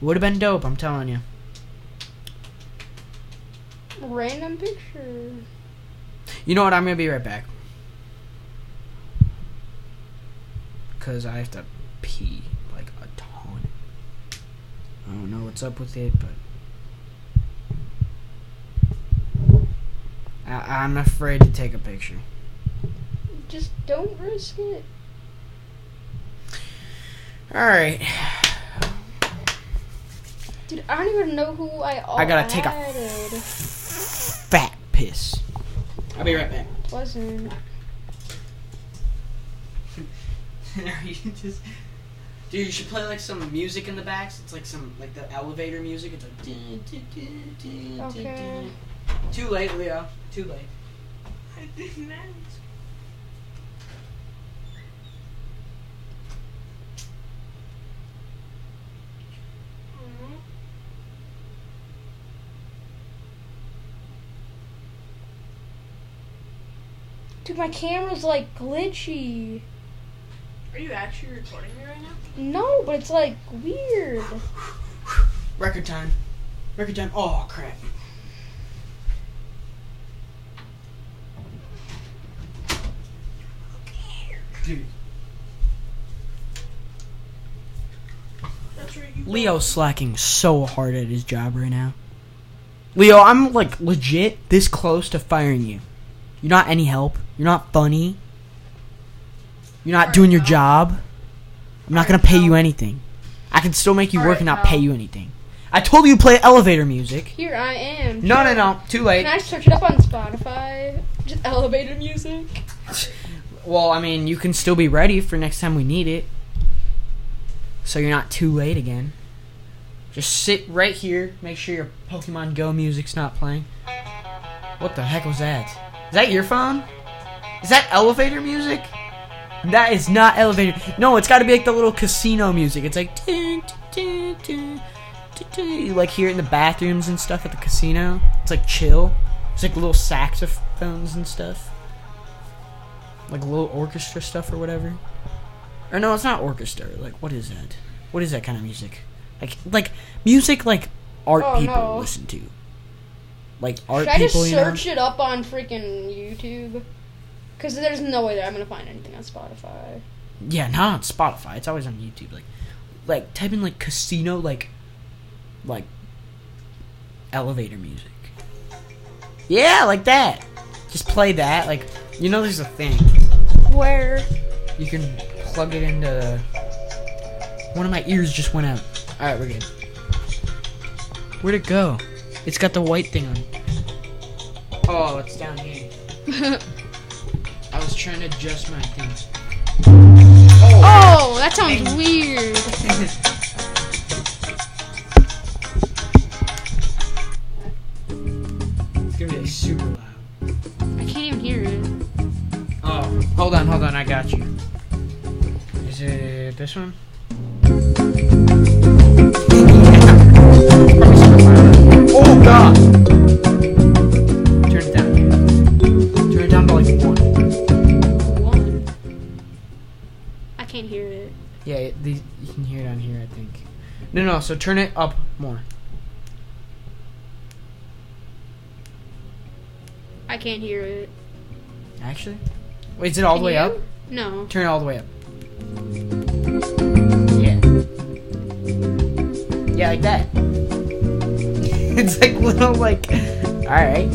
Would have been dope. I'm telling you. random picture. You know what? I'm gonna be right back. Cause I have to pee like a ton. I don't know what's up with it, but I- I'm afraid to take a picture. Just don't risk it. All right. Dude, I don't even know who I all I gotta take a added. fat piss. I'll be right back. Wasn't. you just, dude, you should play like some music in the backs. It's like some like the elevator music. It's like. dun, dun, dun, dun, dun, Okay. dun. Too late, Leo. Too late. I didn't ask. Dude, my camera's like glitchy. Are you actually recording me right now? No, but it's like weird. Record time. Record time. Oh crap. Dude. That's right. You Leo's slacking so hard at his job right now. Leo, I'm like legit this close to firing you. You're not any help. You're not funny. You're not Alright, doing your pal. job. I'm not gonna Alright, pay you pal. anything. I can still make you work Alright, and not pal. pay you anything. I told you to play elevator music. Here I am. No, no, no. Too Can late. I search it up on Spotify? Just elevator music. Well, I mean, you can still be ready for next time we need it. So you're not too late again. Just sit right here. Make sure your Pokemon Go music's not playing. What the heck was that? Is that your phone? Is that elevator music? That is not elevator. No, it's got to be like the little casino music. It's like ding, ding, ding, ding, ding. you like hear it in the bathrooms and stuff at the casino. It's like chill. It's like little saxophones and stuff, like little orchestra stuff or whatever. Or no, it's not orchestra. Like what is that? What is that kind of music? Like like music like art Oh, people no. listen to. Like art Should I just people, you know. search it up on freaking YouTube? Because there's no way that I'm gonna find anything on Spotify. Yeah, not on Spotify. It's always on YouTube. Like, like type in like casino like, like elevator music. Yeah, like that. Just play that. Like, you know, there's a thing Where? you can plug it into. One of my ears just went out. All right, we're good. Where'd it go? It's got the white thing on. Oh, it's down here. I was trying to adjust my things. oh, that sounds weird. It's gonna be like super loud. I can't even hear it. Oh, hold on, hold on, I got you. Is it this one? Oh god! Turn it down. Turn it down by like one. One. I can't hear it. Yeah, it- the, you can hear it on here, I think. No, no, so turn it up more. I can't hear it. Actually? Wait, is it all the way Can up? you? No. Turn it all the way up. Yeah. Yeah, like that. It's like little like. All right.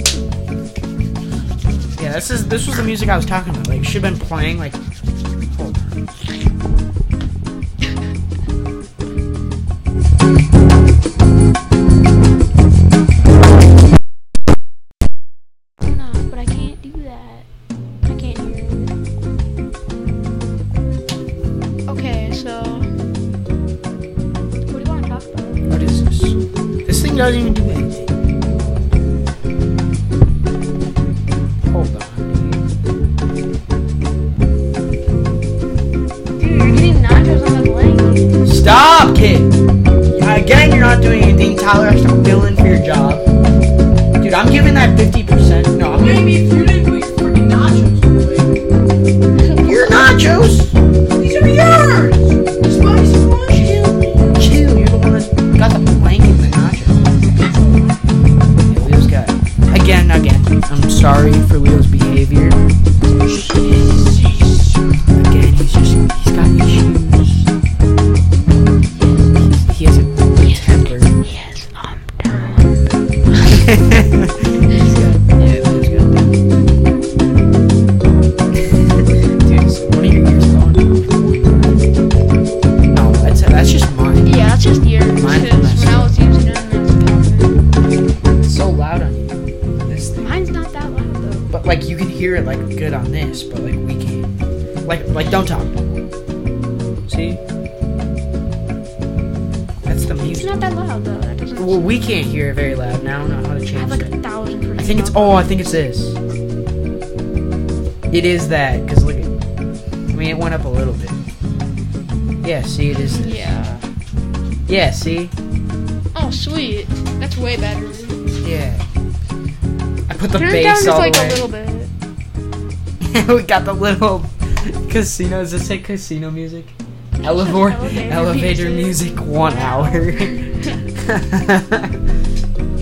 Yeah, this is this was the music I was talking about. Like, should have been playing like. Hold on. No, but I can't do that. I can't hear it. Okay, so. What do you want to talk about? What is this? This thing doesn't even do anything. Hold on. Dude, you're getting nachos on the blanket. Stop, kid. Again, you're not doing anything, Tyler. I'm still billing for your job. Dude, I'm giving that 50%. No, I'm giving Maybe if you didn't put your freaking nachos away. Your nachos! These are yours! The spicy ones. Chill, you're the one that got the blank in the nachos. Yeah, Leo's got. Again, again. I'm sorry for Leo's behavior. Again, he's just. He's got issues. He has a temper. Yes, um. He's got- yeah, Leo's got that. Dude, is one of your ears going? No, that's, that's just mine. Yeah, that's just yours. Mine- Because when I was using it, it's better. It's so loud on you. This thing. Mine's not that loud, though. But like you can hear it like good on this, but like we can't. Like like don't talk. See? That's the It's music. not that loud, though. That doesn't. Well we can't hear it very loud and I don't know how to I have change like that. a thousand percent. I think it's oh I think it's this. It is that, because look at I mean it went up a little bit. Yeah, see it is this. Yeah. Yeah, see? Oh, sweet. That's way better. Yeah. I put the Turn it bass down just all like the way. a little bit. we got the little casino. Does it say casino music? Elevator, Elevator elevator music. music, one hour. it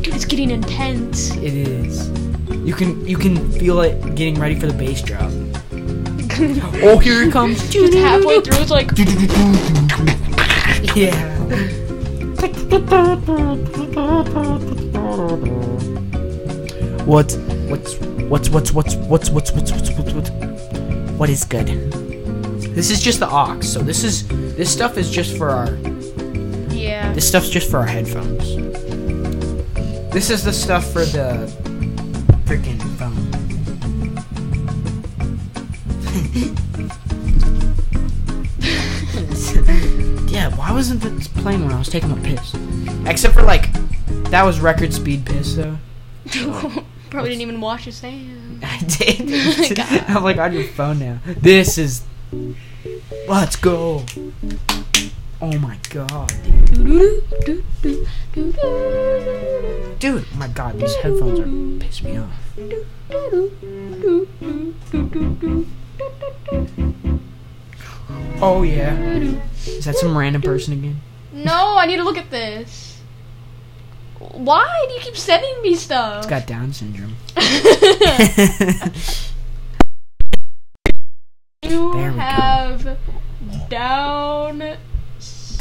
It's getting intense. is. You can you can feel it getting ready for the bass drop. Oh, here it comes. Just halfway through, it's like. Yeah. What? What's what's what's what's what's what's what's what's what's what's what is good? This is just the aux, so this is this stuff is just for our Yeah. this stuff's just for our headphones. This is the stuff for the freaking phone. yeah, why wasn't this playing when I was taking a piss? Except for like, that was record speed piss though. Probably didn't even wash his hands. I did. God. I'm like on your phone now. This is Let's go. Oh my god, dude. Dude, oh my god, these headphones are pissing me off. Oh yeah. Is that some random person again? No, I need to look at this. Why do you keep sending me stuff? It's got Down syndrome. you There we go. have down.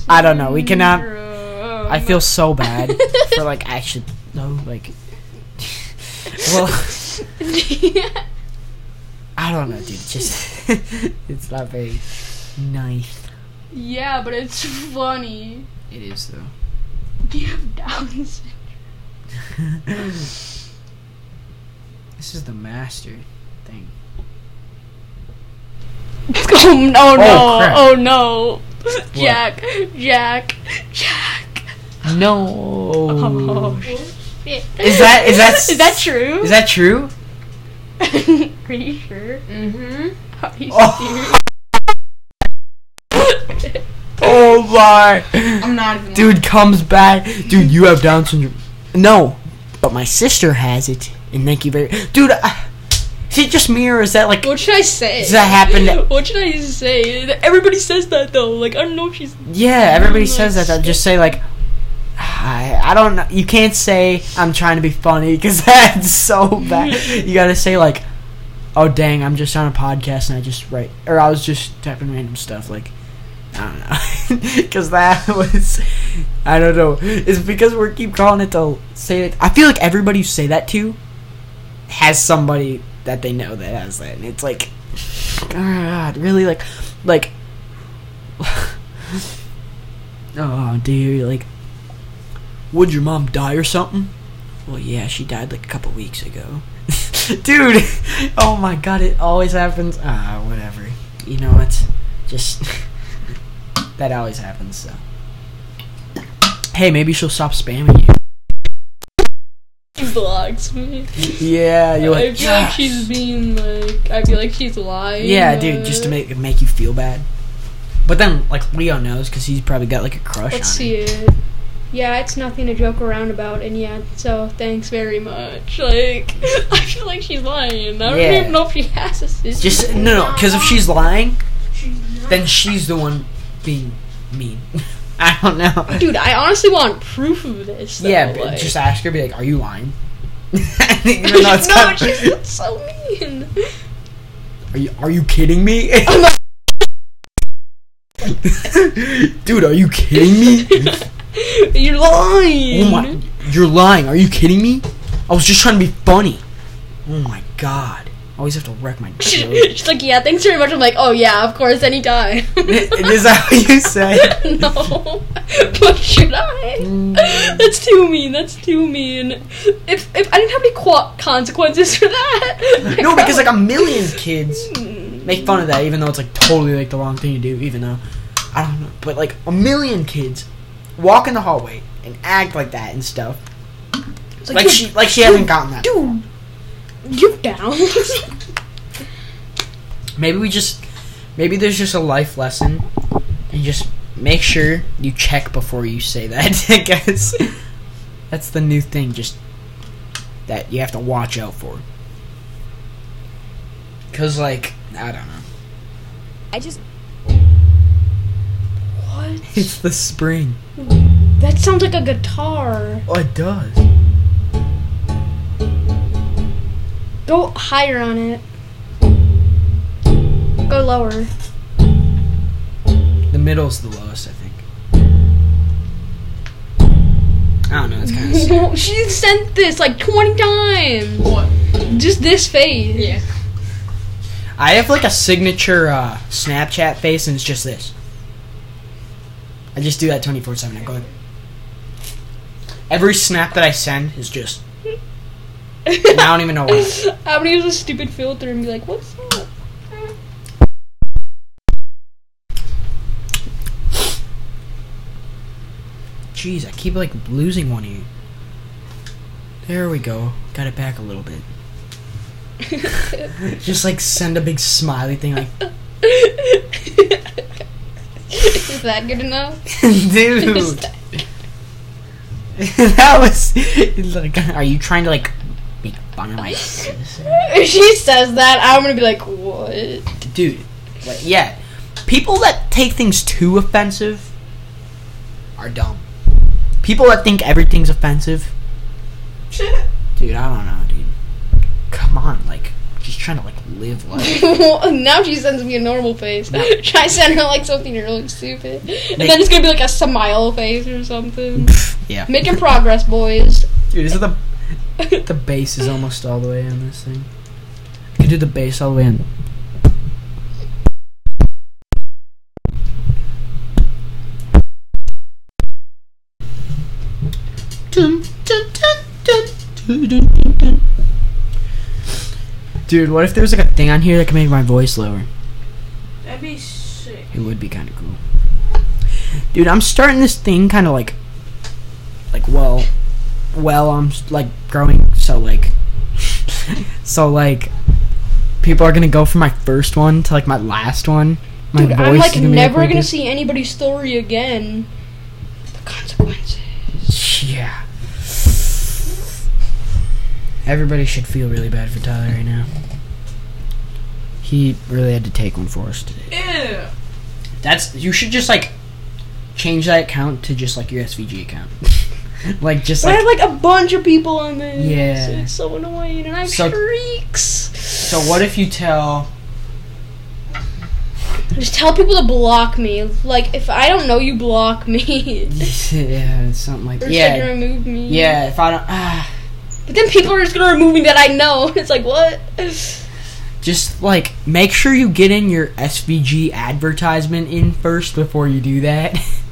I don't know, we cannot- syndrome. I feel so bad for like I should no like. well, I don't know, dude. It's just it's not very nice. yeah, but it's funny. It is though. Do you have Down syndrome? this is the master thing. Oh no! no! crap. Oh no! Jack! Jack! Jack! No. Oh, shit. Is that- is that- is that true? Is that true? Are you sure? Mm-hmm. Are you Oh. serious? Oh my. I'm not even. Dude comes back. Dude, you have Down syndrome. No, but my sister has it, and thank you very. Dude, I, is it just me or is that like? what should I say? Does that happen? What should I say? Everybody says that though. Like I don't know if she's. Yeah, everybody Like- says that. I just say like. I, I don't know. You can't say I'm trying to be funny because that's so bad. you gotta say like, oh dang, I'm just on a podcast and I just write or I was just typing random stuff like, I don't know, because that was I don't know. It's because we keep calling it to say it. I feel like everybody you say that to has somebody that they know that has that, and it's like, God, really like, like, oh dude, like, would your mom die or something? Well, yeah, she died like a couple weeks ago. Dude, oh my god, it always happens. Ah, whatever. You know what? Just that always happens. So, hey, maybe she'll stop spamming you. She blocks me. Yeah, you're I like, feel like she's uh, being like. I feel like she's lying. yeah, but- dude, just to make make you feel bad. But then, like Leo knows because he's probably got like a crush Let's on see her. it. Yeah, it's nothing to joke around about, and yeah, so thanks very much. Like, I feel like she's lying. I don't Yeah. even know if she has a sister. Just no, no, because if she's lying, then she's the one being mean. I don't know. Dude, I honestly want proof of this. Though, yeah, but like. just ask her. Be like, "Are you lying?" Even no, though it's kind of- she's not so mean. Are you Are you kidding me? Dude, are you kidding me? You're lying. Oh my, you're lying. Are you kidding me? I was just trying to be funny. Oh my god. I always have to wreck my joke. She's like, yeah, thanks very much. I'm like, oh yeah, of course, anytime. Is that what you say? no, but should I? That's too mean. That's too mean. If if I didn't have any qu- consequences for that, No, because like a million kids make fun of that, even though it's like totally like the wrong thing to do. Even though I don't know, but like a million kids walk in the hallway and act like that and stuff. it's Like she, like she hasn't gotten that. dude, you down? Maybe we just, maybe there's just a life lesson, and just make sure you check before you say that. I guess that's the new thing, just that you have to watch out for. Cause like I don't know, I just what? it's the spring. That sounds like a guitar. Oh, it does. Go higher on it. Go lower. The middle's the lowest, I think. I don't know. It's kind of sad. Oh, she sent this like 20 times. What? Just this face. Yeah. I have like a signature uh, Snapchat face, and it's just this. I just do that twenty four seven. I go. like- Every snap that I send is just. and I don't even know why. I'm gonna use a stupid filter and be like, what's up? Jeez, I keep like losing one of you. There we go. Got it back a little bit. just like send a big smiley thing, like that good enough? Dude, that was. Like, are you trying to like make fun of my sister? if she says that, I'm gonna be like, what? Dude, like, yeah, people that take things too offensive are dumb. People that think everything's offensive, dude, I don't know, dude. Come on, like, just trying to like live life. now she sends me a normal face. Should I send her like something really stupid? And then it's gonna be like a smile face or something. yeah, Making progress, boys. dude. Is the the bass is almost all the way on this thing? You can do the bass all the way in. Dude, what if there was like a thing on here that could make my voice lower? That'd be sick. It would be kind of cool. Dude, I'm starting this thing kind of like, like well, well, I'm s- like growing. So like, so like, people are gonna go from my first one to like my last one. My Dude, I'm voice like is gonna be never like gonna this. see anybody's story again. The consequences. Yeah. Everybody should feel really bad for Tyler right now. He really had to take one for us today. Yeah. That's you should just like change that account to just like your SVG account. like just I had like like a bunch of people on this. Yeah. It's so annoying and I have So- shrieks. so what if you tell Just tell people to block me. Like if I don't know you block me. yeah, something like or that. yeah. Yeah. remove me. Yeah, if I don't ah, But then people are just gonna remove me that I know. It's like what? just like make sure you get in your SVG advertisement in first before you do that.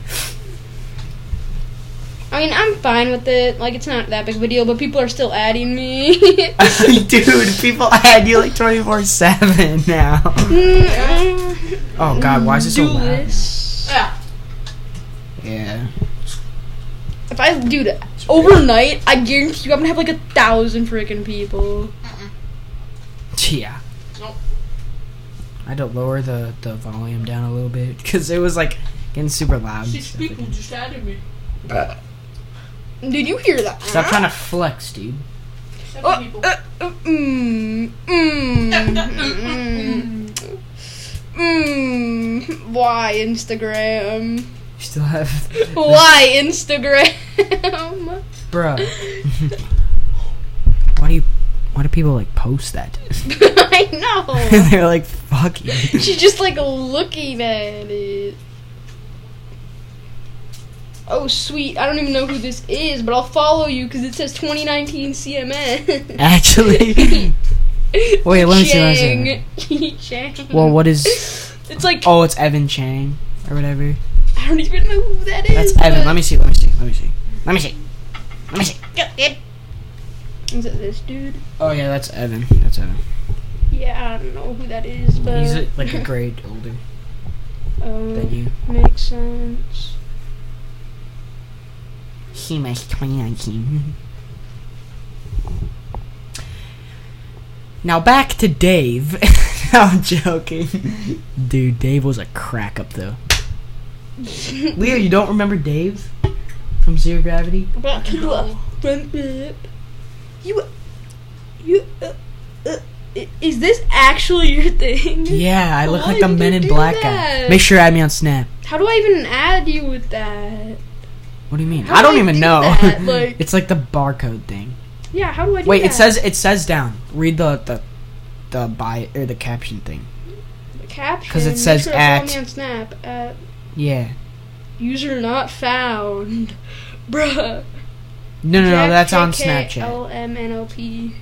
I mean, I'm fine with it. Like it's not that big of a deal, but people are still adding me. Mm, Dude, people add you like 24/7 now. mm, Oh god, why is it so do loud? this. Yeah. Yeah. If I, dude, overnight, I guarantee you, I'm gonna have like a thousand freaking people. Yeah. Nope. I had to lower the, the volume down a little bit because it was like getting super loud. and Six stuff people again. just added me. Did you hear that? Stop trying to flex, dude. Seven Uh, people. uh, uh, mm, mm, mm, mm. Why Instagram? You still have, Why Instagram? bro. why do you? Why do people like post that? I know. They're like, fuck you. She's just like looking at it. Oh sweet, I don't even know who this is, but I'll follow you because it says 2019 CMN. Actually, Wait, let me see, let me see, let me Chang. Chang. well, what is? It's like Oh, it's Evan Chang or whatever. I don't even know who that is. That's Evan. but- Let me see. Let me see. Let me see. Let me see. Let me see. Is it this dude? Oh yeah, that's Evan. That's Evan. Yeah, I don't know who that is, but He's like a grade older than um, you. makes sense. He makes 2019. Now back to Dave. No, I'm joking. Dude, Dave was a crack up though. Leo, you don't remember Dave from Zero Gravity? About to bump it. You, you. Uh, uh, i- is this actually your thing? Yeah, I look Why like the did Men you in do Black guy. that? Make sure you add me on Snap. How do I even add you with that? What do you mean? How I do don't I even do know. that? Like- it's like the barcode thing. Yeah, how do I do Wait, that? it says it says down. Read the the the bio or the caption thing. The caption. 'cause it make says sure to at- Follow me on Snap at Yeah. user not found. Bruh. No, no, no. Jack That's on JK Snapchat. LMNOP.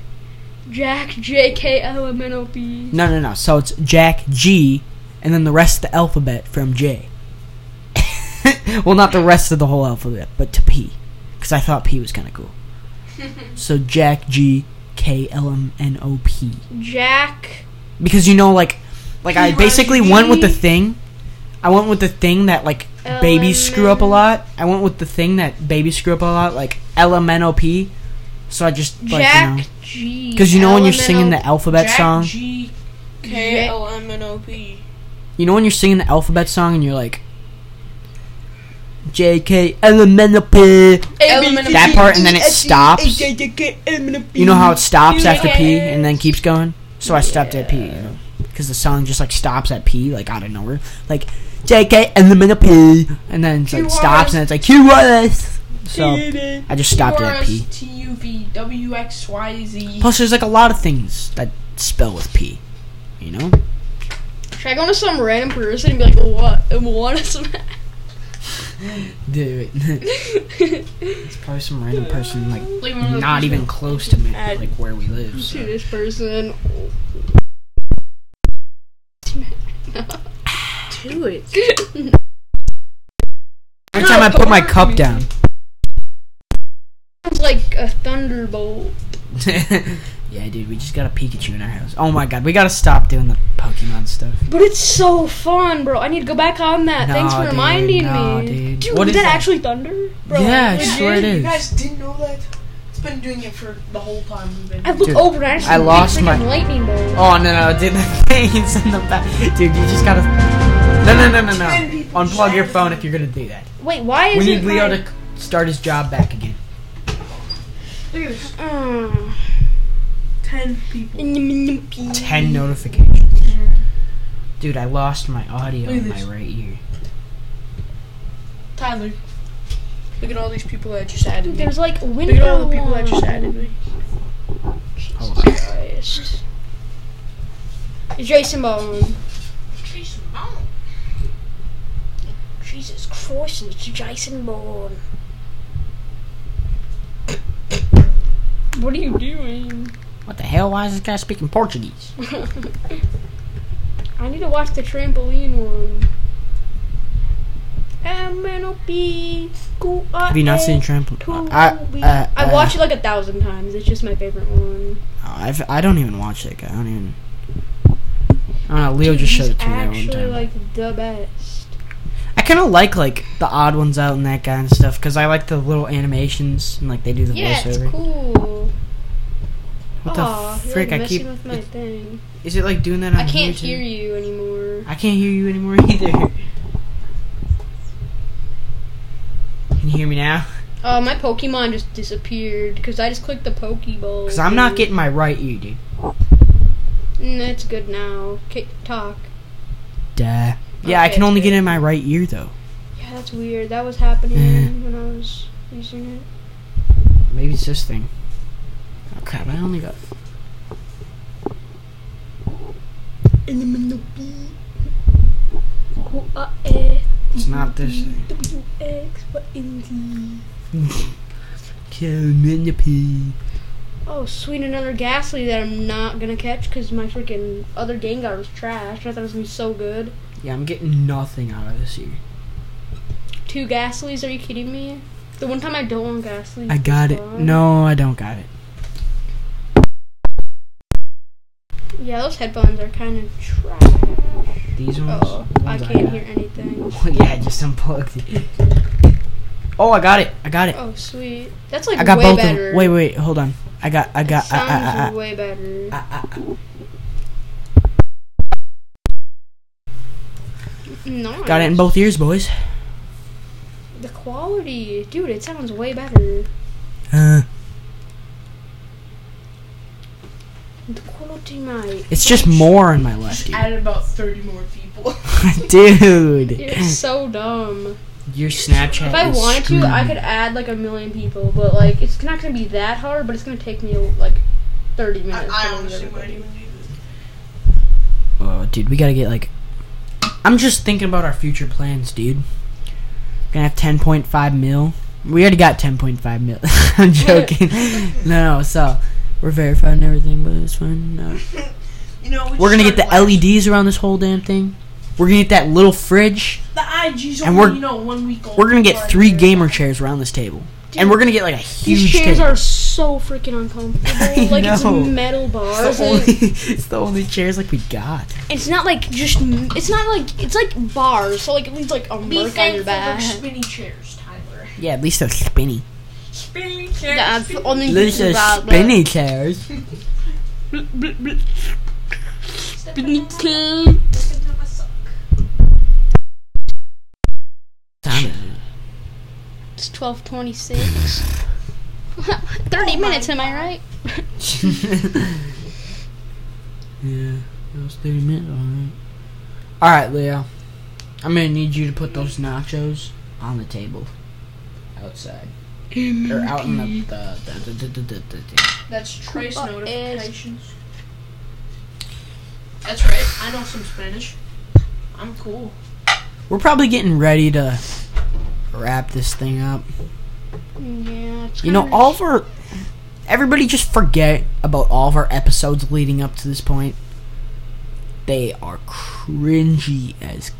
Jack JKLMNOP. No, no, no. So it's Jack G, and then the rest of the alphabet from J. well, not the rest of the whole alphabet, but to P, because I thought P was kind of cool. so Jack G K L M N O P. Jack. Because you know, like, like I P, basically Roger, went with E. the thing. I went with the thing that like babies screw up a lot. I went with the thing that babies screw up a lot, like L M N O P. So I just like Jack you know, G. because you know when you're singing the alphabet Jack song. G K L M N O P. You know when you're singing the alphabet song and you're like, JK elementary. Elementary- That part and then it stops. You know how it stops after P Yes. and then keeps going? So I stopped at P. Because the song just like stops at P, like out of nowhere. Like JK and the middle P. And then it's, Q like R stops S. and it's like QRS. So I just stopped it at P. Oh, T-U-V-W-X-Y-Z. Plus, there's like a lot of things that spell with P. You know? Should I go to some random person and be like, what? And what is that? Dude, it's probably some random person like Like one of those not people- even close to me, Add- like where we live. to So. this person. Do it. Every time I put my cup down, Sounds like a thunderbolt. yeah, dude, we just got a Pikachu in our house. Oh my god, we gotta stop doing the Pokemon stuff. But it's so fun, bro. I need to go back on that. No, Thanks for dude, reminding no, me. dude. dude What was is that, that? actually thunder? Bro, Yeah, I legit. swear it You is. guys didn't know that? It's been doing it for the whole time we've been. I looked Dude, over and I just I lost freaking my- lightning bolt. Oh no no, dude, the thing's in the back. Dude, you just gotta. No no no no no. Unplug your phone if you're gonna do that. Wait, why is We it need Leo my- to c- start his job back again. Look at this. Mm. Ten people. Ten notifications. Dude, I lost my audio Look at in my this. right ear. Tyler. Look at all these people that just added me. There's like Look at window all the people that just added me. Hold on. Christ. Jason Bourne. Jason Bourne. Jesus Christ, it's Jason Bourne. What are you doing? What the hell? Why is this guy speaking Portuguese? I need to watch the trampoline one. Have Have you not seen Trampoline? I, uh, oh, I watch it like a thousand times. It's just my favorite one. I've, I don't even watch it. guy. I don't even. I don't know. Leo just showed He's it to me that one actually time. like the best. I kind of like like the odd ones out and that kind of stuff because I like the little animations and like they do the Yeah, it's voiceover. cool. What Aw, the you're, frick? Like I keep. messing with my thing. Is it like doing that? On I can't YouTube? hear you anymore. I can't hear you anymore either. Can you hear me now? Uh, my Pokemon just disappeared because I just clicked the Pokeball. Because I'm not getting my right ear, dude. Mm, that's good now. K- talk. Duh. Yeah, I Okay, can only dude. get it in my right ear though. Yeah, that's weird. That was Eh. happening when I was using it. Maybe it's this thing. Oh crap! I only got. uh, It's not this thing. Kill me in the pee. Oh, sweet, another Ghastly that I'm not gonna catch because my freaking other Gengar was trash. I thought it was gonna be so good. Yeah, I'm getting nothing out of this ear. Two Ghastlies, are you kidding me? The one time I don't want Ghastly. I got it. No, I don't got it. Yeah, those headphones are kind of trash. These ones. Oh, the I ones can't got. hear anything. Well, yeah, I just unplugged it. Oh, I got it. I got it. Oh, sweet. That's like I got way both of better. them. Wait, wait, hold on. I got, I got, I, Sounds I, I, way better. I, I, No, I, got it in both ears, boys. The quality, dude, it sounds way better. Uh, The quality, mate. it's just more on my left Just ear. added about 30 more people. Dude, It's so dumb. your Snapchat. If I is wanted to, I screwed. could add like a million people, but like it's not gonna be that hard. But it's gonna take me like thirty I, minutes. I to honestly do wouldn't everybody. even do this. Oh, dude, we gotta get like. I'm just thinking about our future plans, dude. Gonna have 10.5 mil. We already got 10.5 mil. I'm joking. no, no, so we're verified and everything, but it's fine. No. You know, we We're gonna just get the E started last- LEDs around this whole damn thing. We're gonna get that little fridge. The IG's and only, we're- you know, one week old. We're gonna get Right three there. gamer chairs around this table, and we're gonna get like a These huge chairs table. are so freaking uncomfortable. I like it's know. metal it's, bars. the and only, it's the only chairs like we got. it's not like just. It's not like it's like bars. So like it leaves like a Be mark on your thankful for back. spinny chairs, Tyler. Yeah, at least they're spinny. Spinny chairs. That's the only At least they're spinny chairs. Sounded It's 1226. 30 Oh my minutes, am I right? yeah, that was 30 minutes, alright. Alright, Leo. I'm gonna need you to put those nachos on the table. Outside. Or out in the. the, the, the, the, the, the, the. That's trace Culpa es- notifications. That's right. I know some Spanish. I'm cool. We're probably getting ready to wrap this thing up. Yeah. it's You know, kinda- all of our. Everybody just forget about all of our episodes leading up to this point. They are cringy as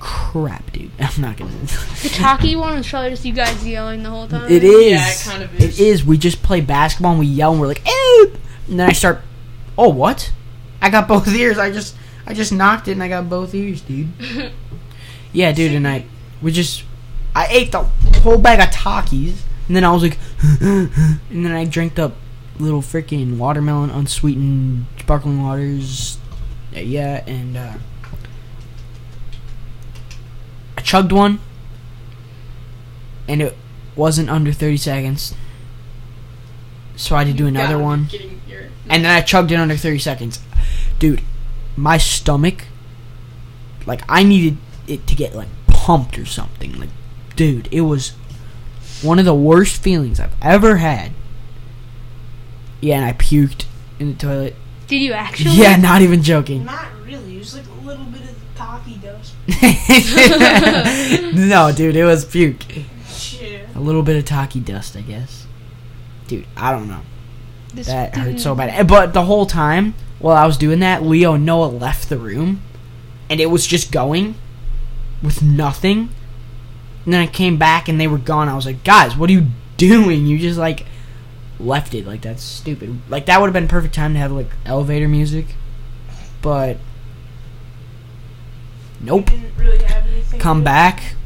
crap, dude. I'm not gonna. The talkie one was probably just you guys yelling the whole time. It is. Yeah, it kind of is. It is. We just play basketball and we yell and we're like, "Oop!" And then I start, "Oh, what? I got both ears. I just, I just knocked it and I got both ears, dude." yeah, dude. And I, we just, I ate the whole bag of Takis and then I was like, and then I drank the little freaking watermelon unsweetened sparkling waters. uh, Yeah, and uh, I chugged one, and it wasn't under 30 seconds. So I had to do another Gotta be one. kidding here. And then I chugged it under 30 seconds. Dude, my stomach, like, I needed it to get, like, pumped or something. Like, dude, it was one of the worst feelings I've ever had. Yeah, and I puked in the toilet. Did you actually? Yeah, not even joking. Not really. It was like a little bit of cocky dust. no, dude, it was puke. Shit. A little bit of Taki dust, I guess. Dude, I don't know. This That hurt didn't- so bad. Eh, But the whole time while I was doing that, Leo and Noah left the room, and it was just going with nothing. And then I came back and they were gone. I was like, guys, what are you doing? You just like left it. Like that's stupid. Like that would have been perfect time to have like elevator music, but nope. Didn't really have anything. Come back.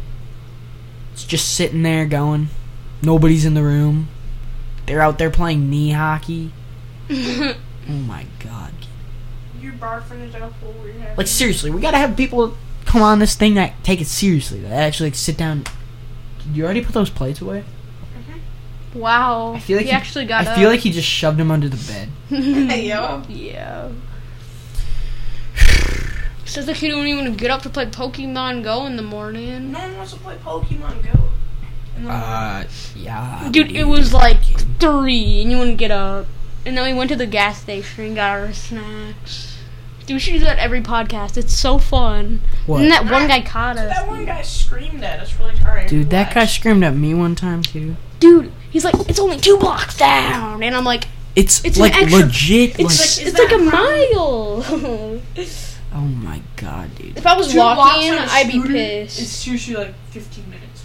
It's just sitting there going. Nobody's in the room. They're out there playing knee hockey. Oh my god. You're barfing it up while we're having. Like seriously, we gotta have people come on this thing that take it seriously. That actually like, sit down. Did you already put those plates away? wow. I feel like he, he- actually got I up. feel like he just shoved them under the bed. Hey, yo. yeah. Says the kid who don't even get up to play Pokemon Go in the morning. No one wants to play Pokemon Go. And then- Uh, yeah. Mm-hmm. Dude, it was like three, and you wouldn't get up. And then we went to the gas station and got our snacks. Dude, we should do that every podcast. It's so fun. What? And that one guy caught us. that one guy screamed at us. We're like, all right. Dude, that guy relax. screamed at me one time too. Dude, he's like, it's only two blocks down, and I'm like, It's, It's an like extra- legit. it's like, like, is it's like that a a mile. oh my god, dude. if I was Two blocks walking, on a I'd be scooter pissed. It's usually like 15 minutes.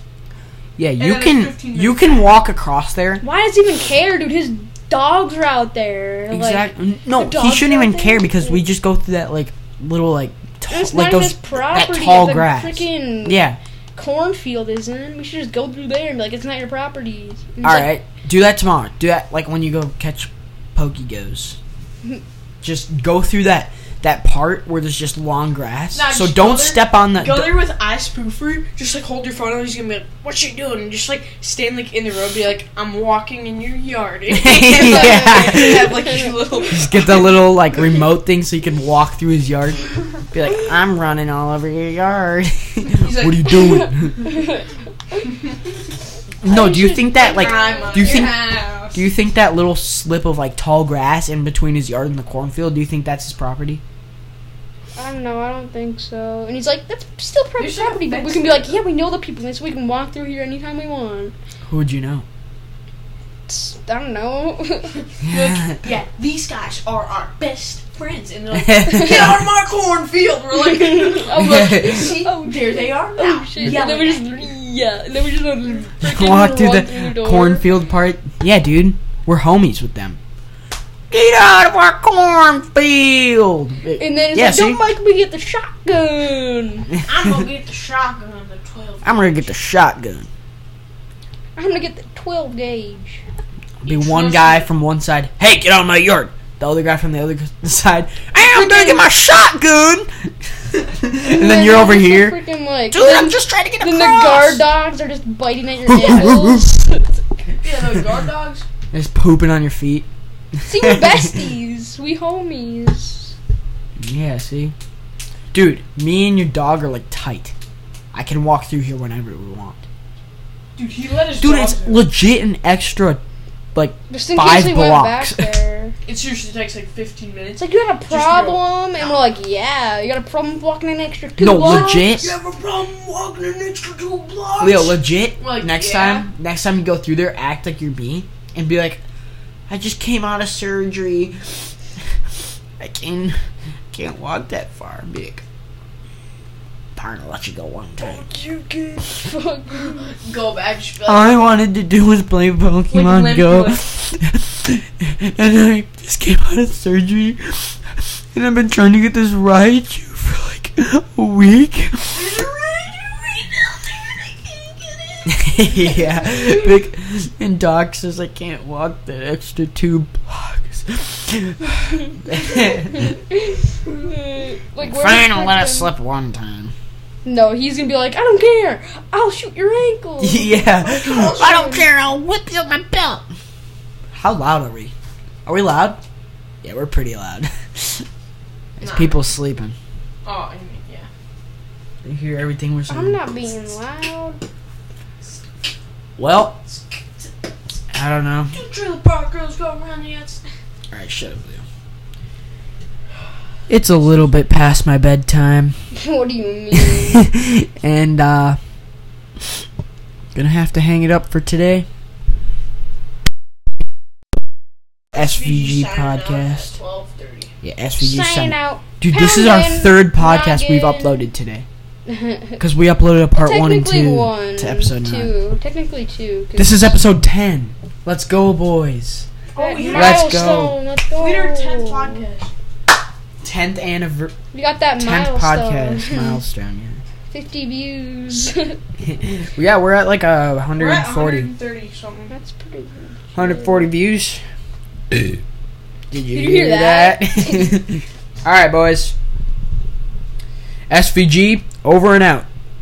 Yeah, And you then it's can 15 you minutes can walk across there. Why does he even care, dude? His dogs are out there. Like, Exactly. no, the he dogs shouldn't out even there? care because we just go through that like little like t- it's like not those his property. that tall the grass. Freaking Yeah. cornfield isn't. We should just go through there and be like, it's not your property. And he's All like, right, do that tomorrow. Do that like when you go catch Pokegos. just go through that that part where there's just long grass. Nah, so just don't go there- step on the. Go d- there with ice spoofer. Just like hold your phone up. He's gonna be like, "What you doing?" And just like stand like in the road. Be like, "I'm walking in your yard." And, like, Yeah. have, like, your little- Just get the little like remote thing so you can walk through his yard. Be like, I'm running all over your yard. what like- are you doing? no, do you think that like I'm on do you your think house. Do you think that little slip of like tall grass in between his yard and the cornfield? Do you think that's his property? I don't know. I don't think so. And he's like, that's still private There's no property, but we fence can be there, like, yeah, we know the people, so we can walk through here anytime we want. Who would you know? It's- I don't know. Like, yeah, these guys are our best friends, and they're like, "Get out of my cornfield!" We're like, I'm like, "See, Oh, there they are now." oh shit. Yeah, and then we just, yeah. And then we just uh, freaking Walk through run the door. cornfield part. Yeah, dude, we're homies with them. Get out of our cornfield. And then it's yeah, like, see? don't make me get the shotgun. I'm gonna get the shotgun on the 12. I'm gonna get the shotgun. I'm gonna get the 12 gauge. Be one guy from one side. Hey, get out of my yard. The other guy from the other side. Hey, I'm gonna get my shotgun. and then you're over here. Freaking like. Dude, I'm just trying to get Then across. the guard dogs are just biting at your nipples. Yeah, those guard dogs. Just pooping on your feet. See, we're besties. We homies. Yeah, see? Dude, me and your dog are like tight. I can walk through here whenever we want. Dude, he let his Dude, dogs it's in. legit an extra Just in Five case we blocks. went back there. It seriously takes like 15 minutes. It's like, you got a go. problem? And we're like, yeah, you got a problem walking an extra two No, blocks? legit. have a problem walking an extra two blocks? Leo, legit. Like, next yeah. time, next time you go through there, act like you're me, and be like, "I just came out of surgery. I can can't walk that far." And be like, "Darn, I'll let you go one time." You can Fuck. go back. Just be like, All I wanted to do was play Pokemon limp Go, lip. and I just came out of surgery, and I've been trying to get this Raichu for like a week. yeah. Big, and Doc says I can't walk the extra two blocks. like, where Fine, the I'll let freaking- us slip one time. No, he's gonna be like, I don't care. I'll shoot your ankle. yeah. I don't care. I'll whip you my belt. How loud are we? Are we loud? Yeah, we're pretty loud. It's Nah. people sleeping. Oh, I mean, yeah. They hear everything we're saying. I'm not being loud. Well, I don't know. Two trailer park girls go around the outside. All right, shut up, Leo. It's a little bit past my bedtime. what do you mean? and uh gonna have to hang it up for today svg signing out at podcast 12:30. yeah svg Sign sign- out. dude this is our Poundin', third podcast we've noggin. uploaded today because we uploaded a part one and Technically two one to episode nine two. Technically two. 'cause- this is episode 10 let's go boys Oh, Hey, we had- Let's go. milestone, Let's go. We had our 10th podcast. 10th anniversary We got that 10th milestone. podcast milestone Fifty views. yeah yeah we're at like a We're at 140 130 something. That's pretty. good. 140 views. Did you, Did you hear, hear that? that? All right, boys. SVG over and out.